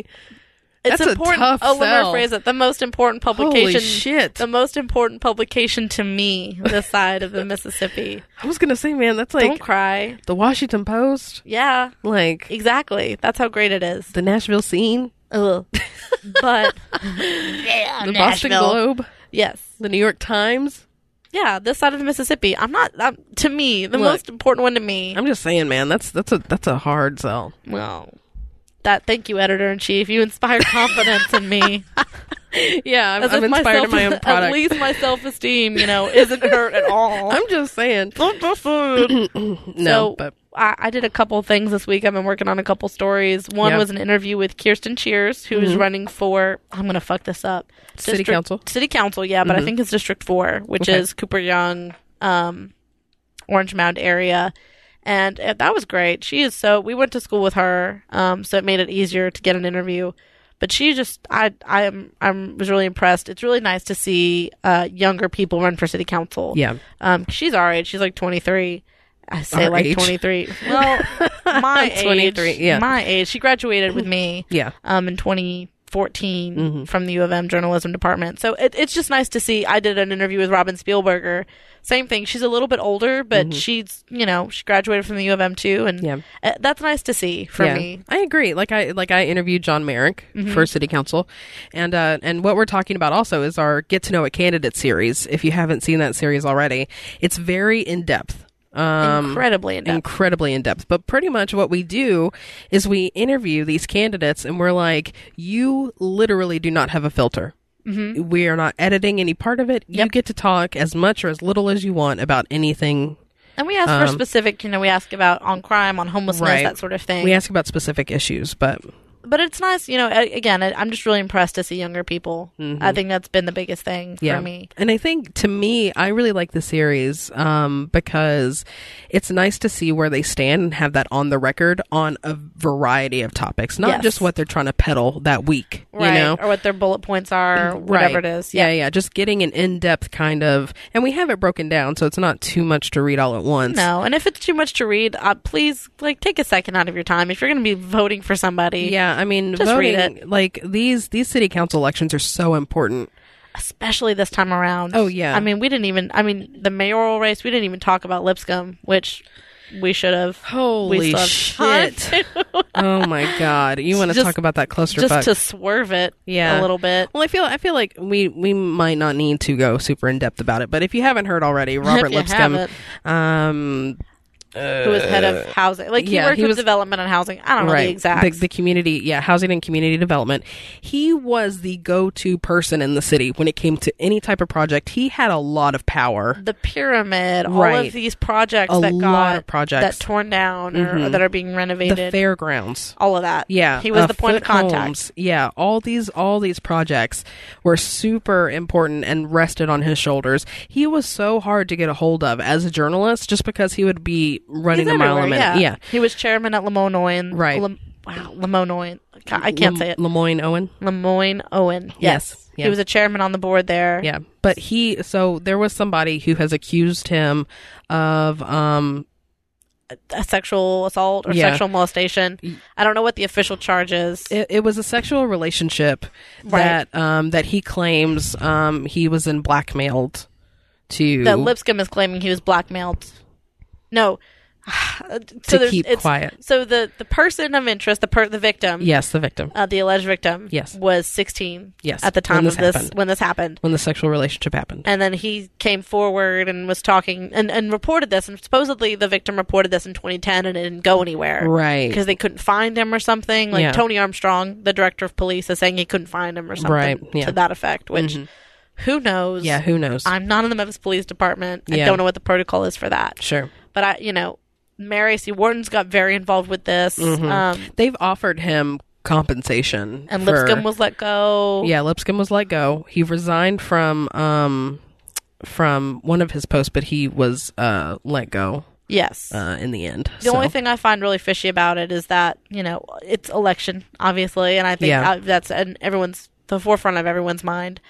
Speaker 3: It's
Speaker 2: That's a
Speaker 3: important.
Speaker 2: tough
Speaker 3: oh, let me
Speaker 2: sell.
Speaker 3: rephrase it. The most important publication.
Speaker 2: holy shit.
Speaker 3: The most important publication to me this side of the Mississippi.
Speaker 2: I was gonna say, man, that's
Speaker 3: Don't
Speaker 2: like
Speaker 3: cry.
Speaker 2: the Washington Post,
Speaker 3: Yeah,
Speaker 2: like
Speaker 3: exactly. That's how great it is.
Speaker 2: the Nashville scene,
Speaker 3: Ugh. but
Speaker 2: the Boston Globe,
Speaker 3: yes,
Speaker 2: the New York Times.
Speaker 3: yeah, this side of the Mississippi. I'm not. i to me, the
Speaker 2: Look.
Speaker 3: most important one to me.
Speaker 2: I'm just saying, man, that's that's a that's a hard sell.
Speaker 3: well, that. Thank you, editor in chief. You inspire confidence in me.
Speaker 2: Yeah, I'm,
Speaker 3: As if
Speaker 2: I'm inspired to my own product.
Speaker 3: At least my self esteem, you know, isn't hurt at all.
Speaker 2: I'm just saying, no,
Speaker 3: so
Speaker 2: but
Speaker 3: I, I did a couple things this week. I've been working on a couple stories. One
Speaker 2: Yeah. Mm-hmm.
Speaker 3: was an interview with Kirsten Cheers, who is running for I'm going to fuck this up.
Speaker 2: City
Speaker 3: District-
Speaker 2: Council? Mm-hmm.
Speaker 3: City Council, yeah, but I think it's District Four, which
Speaker 2: Okay.
Speaker 3: is Cooper Young, um, Orange Mound area. And uh, that was great. She is so. We went to school with her, um, so it made it easier to get an interview. But she just, I, I am, I'm was really impressed. It's really nice to see uh, younger people run for city council.
Speaker 2: Yeah.
Speaker 3: um, she's our age. She's like 23. I say
Speaker 2: Our
Speaker 3: like
Speaker 2: age.
Speaker 3: 23. Well, my
Speaker 2: 23,
Speaker 3: age,
Speaker 2: yeah.
Speaker 3: my age. She graduated with me
Speaker 2: Yeah.
Speaker 3: um, in 2014
Speaker 2: Mm-hmm.
Speaker 3: from the U of M journalism department. So it, it's just nice to see. I did an interview with Robin Spielberger. Same thing. She's a little bit older, but she's, you know, she graduated from the U of M too. And
Speaker 2: Mm-hmm. Yeah.
Speaker 3: uh, that's nice to see for
Speaker 2: yeah.
Speaker 3: me. Mm-hmm.
Speaker 2: I agree. Like I like I interviewed John Merrick for City Council, and uh, and what we're talking about also is our Get to Know a Candidate series. If you haven't seen that series already, it's very in depth. Um,
Speaker 3: Incredibly in depth.
Speaker 2: incredibly in depth. But pretty much what we do is we interview these candidates and we're like, you literally do not have a filter.
Speaker 3: Mm-hmm.
Speaker 2: We are not editing any part of it. You get to talk as much or as little as you want about anything.
Speaker 3: And we ask for specific, you know, we ask about on crime, on homelessness,
Speaker 2: um, Right.
Speaker 3: that sort of thing.
Speaker 2: We ask about specific issues, but
Speaker 3: but it's nice, you know, a- again, I- I'm just really impressed to see younger people.
Speaker 2: Mm-hmm.
Speaker 3: I think that's been the biggest thing for me.
Speaker 2: And I think to me, I really like the series um, because it's nice to see where they stand and have that on the record on a variety of topics, not
Speaker 3: Yes.
Speaker 2: just what they're trying to peddle that week.
Speaker 3: Right.
Speaker 2: You know,
Speaker 3: Or what their bullet points are, whatever
Speaker 2: Right.
Speaker 3: it is.
Speaker 2: Yeah, yeah, Just getting an in depth kind of, and we have it broken down, so it's not too much to read all at once.
Speaker 3: No, and if it's too much to read, uh, please like take a second out of your time. If you're going to be voting for somebody,
Speaker 2: Yeah, I mean,
Speaker 3: Just
Speaker 2: voting,
Speaker 3: read
Speaker 2: like these these city council elections are so important.
Speaker 3: especially this time around.
Speaker 2: Oh, yeah.
Speaker 3: I mean, we didn't even. I mean, the mayoral race, we didn't even talk about Lipscomb, which we should have.
Speaker 2: Holy
Speaker 3: still have time
Speaker 2: shit! oh my god, you want to
Speaker 3: Just-
Speaker 2: talk about that clusterfuck?
Speaker 3: Just to swerve it,
Speaker 2: Yeah.
Speaker 3: a little bit.
Speaker 2: Well, I feel I feel like we we might not need to go super in depth about it, but if you haven't heard already, Robert
Speaker 3: you
Speaker 2: Lipscomb,
Speaker 3: haven't.
Speaker 2: um,
Speaker 3: Who was head of housing? Like he
Speaker 2: yeah,
Speaker 3: worked
Speaker 2: he
Speaker 3: with
Speaker 2: was-
Speaker 3: development and housing. I don't know the
Speaker 2: right,
Speaker 3: exact.
Speaker 2: the, the community, yeah, housing and community development. He was the go to person in the city when it came to any type of project. He had a lot of power.
Speaker 3: the pyramid, all
Speaker 2: Right.
Speaker 3: of these projects
Speaker 2: A
Speaker 3: that
Speaker 2: lot
Speaker 3: got
Speaker 2: of projects. Mm-hmm.
Speaker 3: that torn down or, or that are being
Speaker 2: The
Speaker 3: renovated,
Speaker 2: fairgrounds.
Speaker 3: all of that.
Speaker 2: Yeah,
Speaker 3: he was
Speaker 2: uh,
Speaker 3: the point of
Speaker 2: Foot
Speaker 3: contact.
Speaker 2: Homes. Yeah, all these all these projects were super important and rested on his shoulders. He was so hard to get a hold of as a journalist, just because he would be running
Speaker 3: He's
Speaker 2: a mile a
Speaker 3: everywhere,
Speaker 2: minute. Yeah,
Speaker 3: He was chairman at Lemoyne.
Speaker 2: Right.
Speaker 3: Lem- wow, Lemoyne. God, I can't
Speaker 2: Lem-
Speaker 3: say it.
Speaker 2: Lemoyne Owen.
Speaker 3: Lemoyne Owen.
Speaker 2: Yes,
Speaker 3: Yes.
Speaker 2: yeah.
Speaker 3: He was a chairman on the board there.
Speaker 2: Yeah, but he. So there was somebody who has accused him of. um
Speaker 3: A sexual assault or
Speaker 2: Yeah.
Speaker 3: sexual molestation. I don't know what the official charge is.
Speaker 2: It, it was a sexual relationship that um that he claims um he was in blackmailed to
Speaker 3: that Lipscomb is claiming he was blackmailed. No. so
Speaker 2: to
Speaker 3: there's-
Speaker 2: keep
Speaker 3: it's-
Speaker 2: quiet.
Speaker 3: So the, the person of interest, the per, the victim,
Speaker 2: Yes, the victim.
Speaker 3: uh, the alleged victim,
Speaker 2: Yes.
Speaker 3: was 16
Speaker 2: Yes,
Speaker 3: at the
Speaker 2: when
Speaker 3: time
Speaker 2: this
Speaker 3: of this
Speaker 2: happened.
Speaker 3: when this happened.
Speaker 2: when the sexual relationship happened.
Speaker 3: and then he came forward and was talking and, and reported this and supposedly the victim reported this in 2010 and it didn't go anywhere
Speaker 2: Right.
Speaker 3: because they couldn't find him or something like
Speaker 2: Yeah.
Speaker 3: tony armstrong the director of police is saying he couldn't find him or something
Speaker 2: Right, yeah. Mm-hmm.
Speaker 3: to that effect which who knows
Speaker 2: Yeah, who knows?
Speaker 3: i'm not in the memphis police department i
Speaker 2: Yeah.
Speaker 3: don't know what the protocol is for that
Speaker 2: sure.
Speaker 3: but i you know mary c wharton's got very involved with this
Speaker 2: Mm-hmm.
Speaker 3: um,
Speaker 2: They've offered him compensation.
Speaker 3: and
Speaker 2: for-
Speaker 3: lipscomb was let go
Speaker 2: Yeah, Lipscomb was let go. He resigned from um from one of his posts, but he was uh let go
Speaker 3: yes
Speaker 2: uh in the end.
Speaker 3: The only thing I find really fishy about it is that you know it's election, obviously, and I think
Speaker 2: Yeah.
Speaker 3: uh, that's and everyone's the forefront of everyone's mind.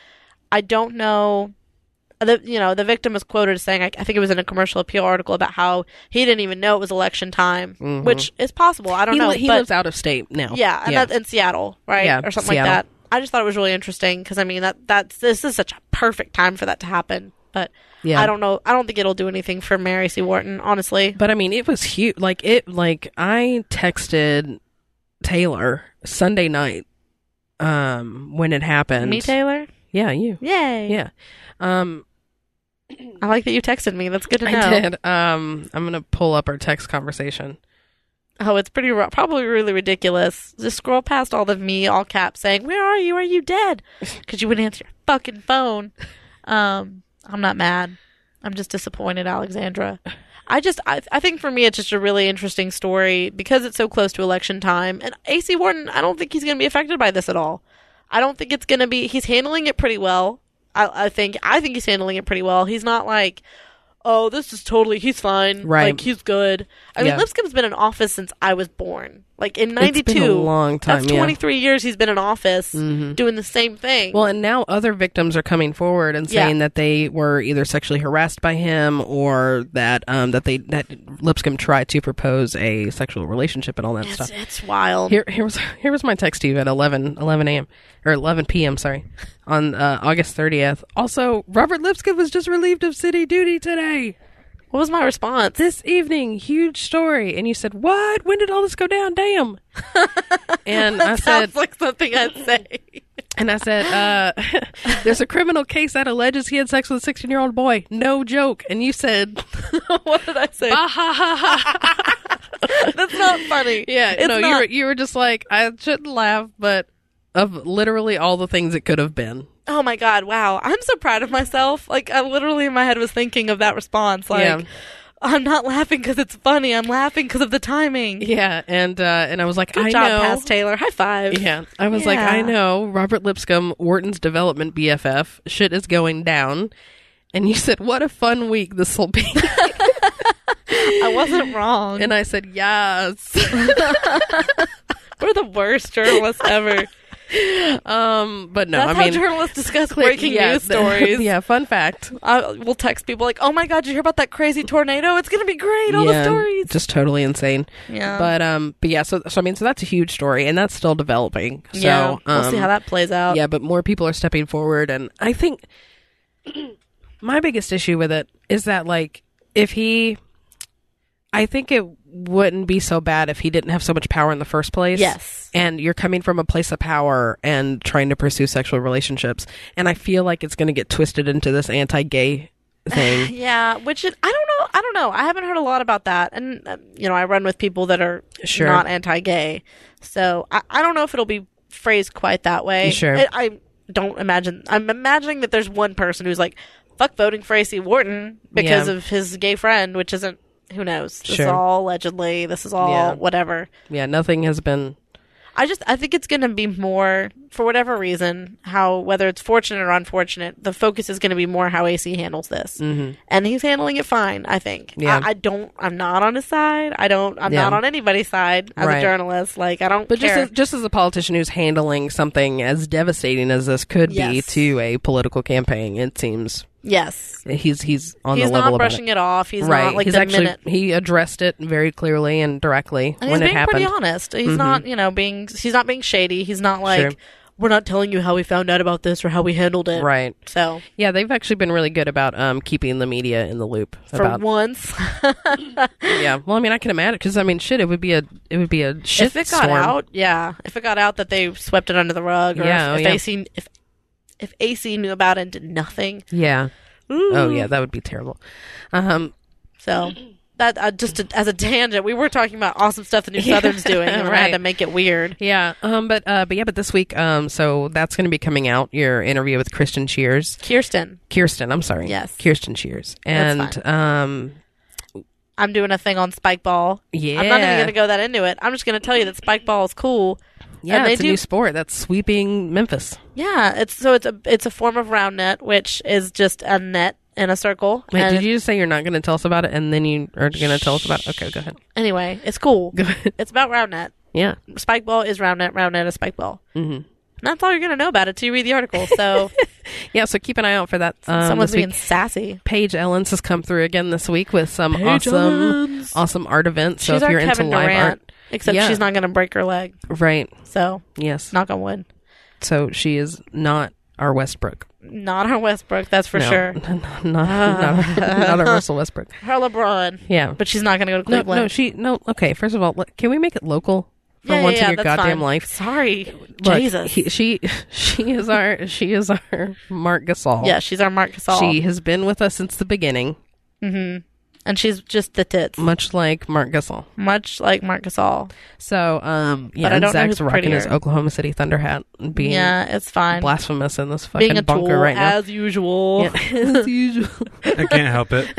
Speaker 3: I don't know. The, you know the victim was quoted as saying, I, I think it was in a commercial appeal article about how he didn't even know it was election time, which is possible. I don't
Speaker 2: Mm-hmm. he,
Speaker 3: know.
Speaker 2: li- he
Speaker 3: but
Speaker 2: lives out of state now.
Speaker 3: yeah, and
Speaker 2: yeah.
Speaker 3: that's in Seattle, right?
Speaker 2: Yeah,
Speaker 3: or something
Speaker 2: Seattle.
Speaker 3: like that. I just thought it was really interesting because I mean that that's this is such a perfect time for that to happen. But
Speaker 2: Yeah.
Speaker 3: I don't know. I don't think it'll do anything for Mary C. Wharton, honestly.
Speaker 2: But I mean, it was huge. Like it, like I texted Taylor Sunday night, um, when it happened.
Speaker 3: Me, Taylor.
Speaker 2: Yeah, you.
Speaker 3: Yay!
Speaker 2: Yeah. Um,
Speaker 3: I like that you texted me. That's good to know.
Speaker 2: I did. Um, I'm gonna pull up our text conversation.
Speaker 3: Oh, it's pretty ru- probably really ridiculous. Just scroll past all the me all caps saying, "Where are you? Are you dead?" Because you wouldn't answer your fucking phone. Um, I'm not mad. I'm just disappointed, Alexandra. I just I, I think for me it's just a really interesting story because it's so close to election time. And AC Wharton, I don't think he's going to be affected by this at all. I don't think it's going to be. He's handling it pretty well. I, I think I think he's handling it pretty well. He's not like, oh, this is totally. He's fine.
Speaker 2: Right.
Speaker 3: Like he's good. I
Speaker 2: Yeah.
Speaker 3: mean, Lipscomb's been in office since I was born. Like in
Speaker 2: It's been a
Speaker 3: 92,
Speaker 2: long time,
Speaker 3: that's
Speaker 2: yeah. Mm-hmm.
Speaker 3: 23 years he's been in office doing the same thing.
Speaker 2: Well, and now other victims are coming forward and
Speaker 3: Yeah.
Speaker 2: saying that they were either sexually harassed by him or that um, that they that Lipscomb tried to propose a sexual relationship and all that
Speaker 3: it's,
Speaker 2: stuff.
Speaker 3: it's wild.
Speaker 2: Here, here was here was my text to you at 11, 11 a.m. or eleven p.m. Sorry, on uh, August thirtieth. Also, Robert Lipscomb was just relieved of city duty today.
Speaker 3: What was my response?
Speaker 2: This evening, huge story. And you said, "What? When did all this go down? Damn!" and I said,
Speaker 3: Sounds like something I'd say.
Speaker 2: And I said, uh, there's a criminal case that alleges he had sex with a 16 year old boy. No joke. And you said,
Speaker 3: what did I say?
Speaker 2: Ah,
Speaker 3: That's not funny.
Speaker 2: yeah,
Speaker 3: it's
Speaker 2: no, you
Speaker 3: not.
Speaker 2: were, you were just like, I shouldn't laugh, but of literally all the things it could have been.
Speaker 3: oh my god, wow. I'm so proud of myself. Like I literally in my head was thinking of that response like
Speaker 2: Yeah.
Speaker 3: I'm not laughing cuz it's funny. I'm laughing cuz of the timing.
Speaker 2: Yeah. And, uh, and I was like,
Speaker 3: Good
Speaker 2: I
Speaker 3: job,
Speaker 2: know.
Speaker 3: Pass Taylor. High five.
Speaker 2: yeah. I was like,
Speaker 3: Yeah.
Speaker 2: I know Robert Lipscomb, Wharton's development BFF, shit is going down. And you said, what a fun week this will be.
Speaker 3: I wasn't wrong.
Speaker 2: and I said, yes.
Speaker 3: We're the worst journalists ever.
Speaker 2: um, but no,
Speaker 3: That's
Speaker 2: I mean,
Speaker 3: how journalists discuss
Speaker 2: clear-
Speaker 3: breaking
Speaker 2: yeah,
Speaker 3: news
Speaker 2: the-
Speaker 3: stories.
Speaker 2: yeah. Fun fact.
Speaker 3: I, we'll text people like, "Oh my god, did you hear about that crazy tornado? It's gonna be great. All the
Speaker 2: Yeah,
Speaker 3: stories."
Speaker 2: Just totally insane.
Speaker 3: Yeah.
Speaker 2: But um but yeah, so so I mean so that's a huge story and that's still developing. So
Speaker 3: yeah, we'll see
Speaker 2: um,
Speaker 3: how that plays out.
Speaker 2: Yeah, but more people are stepping forward and I think my biggest issue with it is that like if he I think it wouldn't be so bad if he didn't have so much power in the first place.
Speaker 3: Yes.
Speaker 2: And you're coming from a place of power and trying to pursue sexual relationships. And I feel like it's going to get twisted into this anti gay thing.
Speaker 3: Yeah, which it, I don't know. I don't know. I haven't heard a lot about that, and um, you know, I run with people that are
Speaker 2: Sure.
Speaker 3: not anti-gay, so I, I don't know if it'll be phrased quite that way.
Speaker 2: Sure.
Speaker 3: I, I don't imagine. I'm imagining that there's one person who's like, "Fuck voting for AC Wharton because
Speaker 2: Yeah.
Speaker 3: of his gay friend," which isn't. Who knows? This is
Speaker 2: Sure.
Speaker 3: all allegedly. This is all
Speaker 2: Yeah.
Speaker 3: whatever.
Speaker 2: yeah, nothing has been
Speaker 3: I just I think it's going to be more for whatever reason how whether it's fortunate or unfortunate the focus is going to be more how AC handles this mm-hmm. and he's handling it fine I think
Speaker 2: Yeah.
Speaker 3: I, I don't I'm not on his side I don't I'm
Speaker 2: Yeah.
Speaker 3: not on anybody's side as
Speaker 2: Right.
Speaker 3: a journalist like I don't
Speaker 2: But
Speaker 3: care
Speaker 2: just as, just as a politician who's handling something as devastating as this could be
Speaker 3: Yes.
Speaker 2: to a political campaign, it seems
Speaker 3: yes
Speaker 2: he's he's on
Speaker 3: he's
Speaker 2: the level
Speaker 3: not
Speaker 2: about
Speaker 3: brushing it. off he's
Speaker 2: it. Right?
Speaker 3: not like
Speaker 2: he's
Speaker 3: the
Speaker 2: actually
Speaker 3: minute
Speaker 2: he addressed it very clearly and directly
Speaker 3: and
Speaker 2: when
Speaker 3: he's
Speaker 2: it
Speaker 3: being
Speaker 2: happened. Mm-hmm.
Speaker 3: pretty honest he's not you know being he's not being shady he's not like
Speaker 2: Sure.
Speaker 3: we're not telling you how we found out about this or how we handled it
Speaker 2: Right?
Speaker 3: so
Speaker 2: Yeah, they've actually been really good about um, keeping the media in the loop
Speaker 3: for
Speaker 2: about.
Speaker 3: once
Speaker 2: yeah, well, I mean, I can imagine because I mean, shit, it would be a it would be a shit
Speaker 3: if it got
Speaker 2: storm.
Speaker 3: out, yeah. If it got out that they swept it under the rug, or
Speaker 2: Yeah, oh,
Speaker 3: if, if
Speaker 2: yeah.
Speaker 3: AC if if AC knew about it and did nothing,
Speaker 2: Yeah.
Speaker 3: Ooh.
Speaker 2: Oh yeah, that would be terrible. Um,
Speaker 3: so that uh, just to, as a tangent, we were talking about awesome stuff the New Southern's doing, and I
Speaker 2: right.
Speaker 3: had to make it weird.
Speaker 2: yeah. Um, but uh, but yeah, but this week, um, so that's going to be coming out your interview with Christian Cheers.
Speaker 3: Kirsten,
Speaker 2: Kirsten, I'm sorry.
Speaker 3: Yes.
Speaker 2: Kirsten Shears. And
Speaker 3: That's
Speaker 2: um
Speaker 3: I'm doing a thing on Spikeball.
Speaker 2: yeah.
Speaker 3: I'm not even going to go that into it. I'm just going to tell you that Spikeball is cool.
Speaker 2: Yeah,
Speaker 3: and they
Speaker 2: it's a
Speaker 3: do-
Speaker 2: new sport that's sweeping Memphis.
Speaker 3: Yeah, it's so it's a it's a form of round net, which is just a net in a circle.
Speaker 2: Wait,
Speaker 3: and
Speaker 2: did you just say you're not going to tell us about it and then you are going to tell us about it? Okay, go ahead.
Speaker 3: anyway, it's cool.
Speaker 2: Go ahead.
Speaker 3: it's about round net.
Speaker 2: Yeah.
Speaker 3: spike ball is round net, round net is spike ball. Mm-hmm. that's all you're gonna know about it till you read the article. So
Speaker 2: Yeah, so keep an eye out for that. Um,
Speaker 3: someone's
Speaker 2: this week.
Speaker 3: being sassy.
Speaker 2: Paige Ellens has come through again this week with some awesome
Speaker 3: Ellens.
Speaker 2: awesome art events. So
Speaker 3: she's
Speaker 2: if
Speaker 3: our
Speaker 2: you're
Speaker 3: Kevin
Speaker 2: into live
Speaker 3: Durant, except
Speaker 2: Yeah.
Speaker 3: she's not gonna break her leg.
Speaker 2: art. Right.
Speaker 3: So
Speaker 2: Yes.
Speaker 3: knock on wood.
Speaker 2: So she is not our Westbrook.
Speaker 3: Not our Westbrook, that's for
Speaker 2: No.
Speaker 3: sure.
Speaker 2: not,
Speaker 3: Ah.
Speaker 2: not, not our Russell Westbrook.
Speaker 3: Her LeBron,
Speaker 2: Yeah.
Speaker 3: but she's not gonna go to
Speaker 2: No,
Speaker 3: Cleveland.
Speaker 2: no, she no. Okay, first of all, look, can we make it local for
Speaker 3: Yeah,
Speaker 2: once
Speaker 3: yeah, yeah,
Speaker 2: in your
Speaker 3: that's
Speaker 2: goddamn
Speaker 3: fine.
Speaker 2: life?
Speaker 3: Sorry,
Speaker 2: Look,
Speaker 3: Jesus.
Speaker 2: he- she she is our she is our Mark Gasol.
Speaker 3: yeah, she's our Mark Gasol,
Speaker 2: she has been with us since the beginning,
Speaker 3: and she's just the tits,
Speaker 2: much like Mark Gasol.
Speaker 3: much like Mark Gasol.
Speaker 2: So, um, yeah,
Speaker 3: I
Speaker 2: and
Speaker 3: don't know
Speaker 2: Zach's
Speaker 3: who's
Speaker 2: rocking his
Speaker 3: prettier.
Speaker 2: Oklahoma City Thunder hat and being
Speaker 3: Yeah, it's fine.
Speaker 2: blasphemous in this fucking
Speaker 3: Being a
Speaker 2: bunker
Speaker 3: tool
Speaker 2: right now.
Speaker 3: as usual.
Speaker 2: Yeah, as usual.
Speaker 4: I can't help it.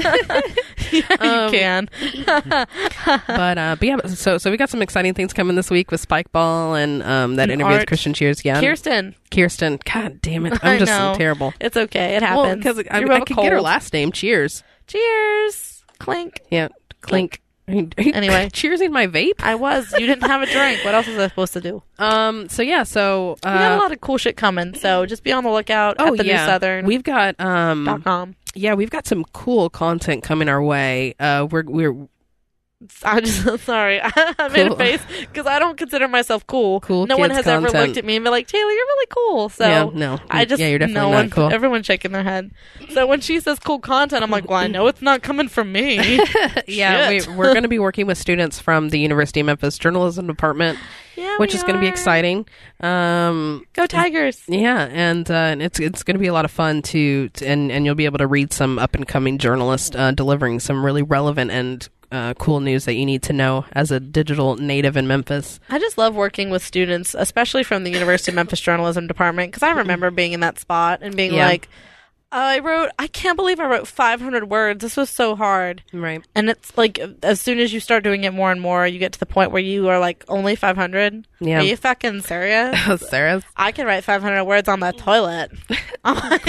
Speaker 3: you can.
Speaker 2: but uh, but yeah, but so so we got some exciting things coming this week with Spike Ball and um that interview
Speaker 3: art.
Speaker 2: with Christian Cheers. Yeah,
Speaker 3: Kirsten,
Speaker 2: Kirsten. God damn it,
Speaker 3: I
Speaker 2: I'm just
Speaker 3: know.
Speaker 2: terrible.
Speaker 3: It's okay. It
Speaker 2: Well,
Speaker 3: happens.
Speaker 2: because I,
Speaker 3: You have
Speaker 2: I
Speaker 3: a
Speaker 2: could get her
Speaker 3: cold.
Speaker 2: last name. Cheers.
Speaker 3: Cheers. Clink.
Speaker 2: Yeah. Clink. anyway, cheers in my vape.
Speaker 3: I was. You didn't have a drink. What else was I supposed to do?
Speaker 2: Um. So yeah. So uh,
Speaker 3: We got a lot of cool shit coming, so just be on the lookout
Speaker 2: oh
Speaker 3: at the
Speaker 2: yeah.
Speaker 3: new southern
Speaker 2: We've got um.
Speaker 3: dot com.
Speaker 2: Yeah, we've got some cool content coming our way. Uh, we're we're
Speaker 3: I'm just I'm sorry. I made
Speaker 2: Cool.
Speaker 3: a face because I don't consider myf cool.
Speaker 2: Cool
Speaker 3: No one
Speaker 2: kids
Speaker 3: has ever
Speaker 2: content.
Speaker 3: looked at me and been like, Taylor, you're really cool. So
Speaker 2: Yeah, no.
Speaker 3: I just
Speaker 2: Yeah, you're definitely
Speaker 3: no
Speaker 2: not
Speaker 3: one,
Speaker 2: cool.
Speaker 3: Everyone's shaking their head. So when she says cool content, I'm like, well, I know it's not coming from me.
Speaker 2: yeah
Speaker 3: Shit.
Speaker 2: we, we're going to be working with students from the University of Memphis Journalism Department,
Speaker 3: yeah,
Speaker 2: which
Speaker 3: we
Speaker 2: is going to be
Speaker 3: are.
Speaker 2: exciting. Um,
Speaker 3: Go Tigers!
Speaker 2: Yeah, and uh, and it's it's going to be a lot of fun to, to and and you'll be able to read some up and coming journalists uh, delivering some really relevant and uh, cool news that you need to know as a digital native in Memphis.
Speaker 3: I just love working with students, especially from the University of Memphis Journalism Department, because I remember being in that spot and being
Speaker 2: Yeah.
Speaker 3: like, I wrote, I can't believe I wrote 500 words. This was so hard.
Speaker 2: Right.
Speaker 3: And it's like, as soon as you start doing it more and more, you get to the point where you are like, only 500?
Speaker 2: Yeah.
Speaker 3: Are you fucking serious?
Speaker 2: Sarah's
Speaker 3: I can write 500 words on the toilet.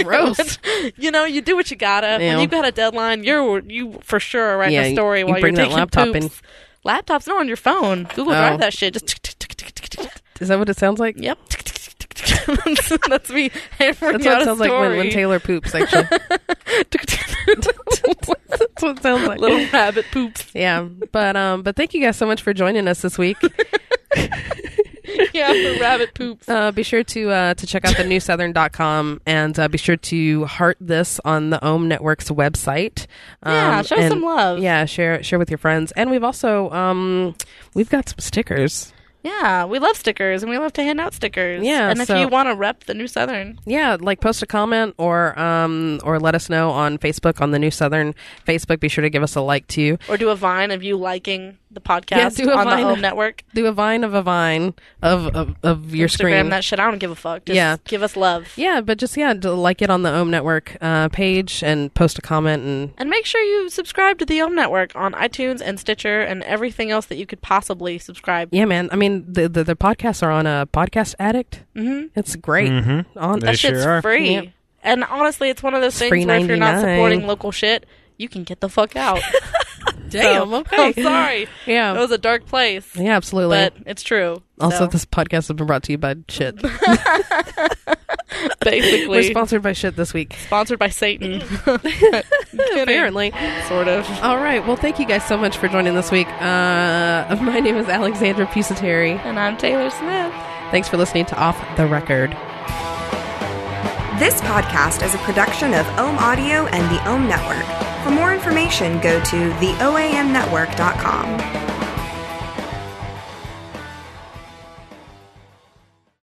Speaker 2: Gross.
Speaker 3: you know, you do what you gotta.
Speaker 2: Yeah.
Speaker 3: When you got a deadline, you're you for sure writing
Speaker 2: Yeah,
Speaker 3: a
Speaker 2: you-
Speaker 3: story
Speaker 2: you
Speaker 3: while
Speaker 2: bring
Speaker 3: you're
Speaker 2: that
Speaker 3: taking
Speaker 2: laptop in.
Speaker 3: poops. Laptops, no, on your phone. Google
Speaker 2: Oh.
Speaker 3: Drive that shit. Just tick, tick, tick, tick, tick, tick, tick.
Speaker 2: is that what it sounds like?
Speaker 3: yep. Tick, tick, tick, tick, tick. That's me hammering
Speaker 2: That's what
Speaker 3: out
Speaker 2: it
Speaker 3: a
Speaker 2: sounds like
Speaker 3: story.
Speaker 2: when, when Taylor poops. Actually, that's what it sounds like.
Speaker 3: Little rabbit poops.
Speaker 2: Yeah, but um, but thank you guys so much for joining us this week.
Speaker 3: Yeah, for rabbit poops.
Speaker 2: Uh, be sure to uh, to check out the newsouthern.com and uh, be sure to heart this on the ohm network's website um,
Speaker 3: Yeah, show us some love.
Speaker 2: yeah share share with your friends and we've also um we've got some stickers
Speaker 3: Yeah, we love stickers and we love to hand out stickers.
Speaker 2: Yeah,
Speaker 3: and if
Speaker 2: so-
Speaker 3: you want to rep the New Southern,
Speaker 2: yeah like post a comment or um or let us know on facebook on the new southern facebook be sure to give us a like too
Speaker 3: or do a vine of you liking the
Speaker 2: Yeah,
Speaker 3: podcast
Speaker 2: do a
Speaker 3: on
Speaker 2: Vine.
Speaker 3: the home network.
Speaker 2: do a vine of a vine of of, of your
Speaker 3: Instagram
Speaker 2: screen
Speaker 3: that shit. I don't give a fuck. Just
Speaker 2: Yeah.
Speaker 3: give us love.
Speaker 2: yeah but just yeah to like it on the ohm network uh, page and post a comment and
Speaker 3: And make sure you subscribe to the Ohm Network on iTunes and Stitcher and everything else that you could possibly subscribe.
Speaker 2: Yeah, man. I mean, the the, the podcasts are on a podcast addict. Mm-hmm. It's great. Mm-hmm. On
Speaker 4: They
Speaker 3: That shit's
Speaker 4: sure are.
Speaker 3: free.
Speaker 2: Yep.
Speaker 3: And honestly, it's one of those things
Speaker 2: free
Speaker 3: where if you're not
Speaker 2: 99.
Speaker 3: supporting local shit, you can get the fuck out.
Speaker 2: damn.
Speaker 3: I'm sorry.
Speaker 2: Yeah.
Speaker 3: It was a dark place,
Speaker 2: yeah, absolutely.
Speaker 3: but it's true.
Speaker 2: also,
Speaker 3: So,
Speaker 2: this podcast has been brought to you by shit. We're
Speaker 3: basically
Speaker 2: sponsored by shit this week,
Speaker 3: sponsored by Satan.
Speaker 2: apparently.
Speaker 3: sort of.
Speaker 2: All right. Well, thank you guys so much for joining this week. Uh, my name is Alexandra Pusateri.
Speaker 3: And I'm Taylor Smith.
Speaker 2: Thanks for listening to Off the Record.
Speaker 1: This podcast is a production of Ohm Audio and the Ohm Network. For more information, go to theoamnetwork.com.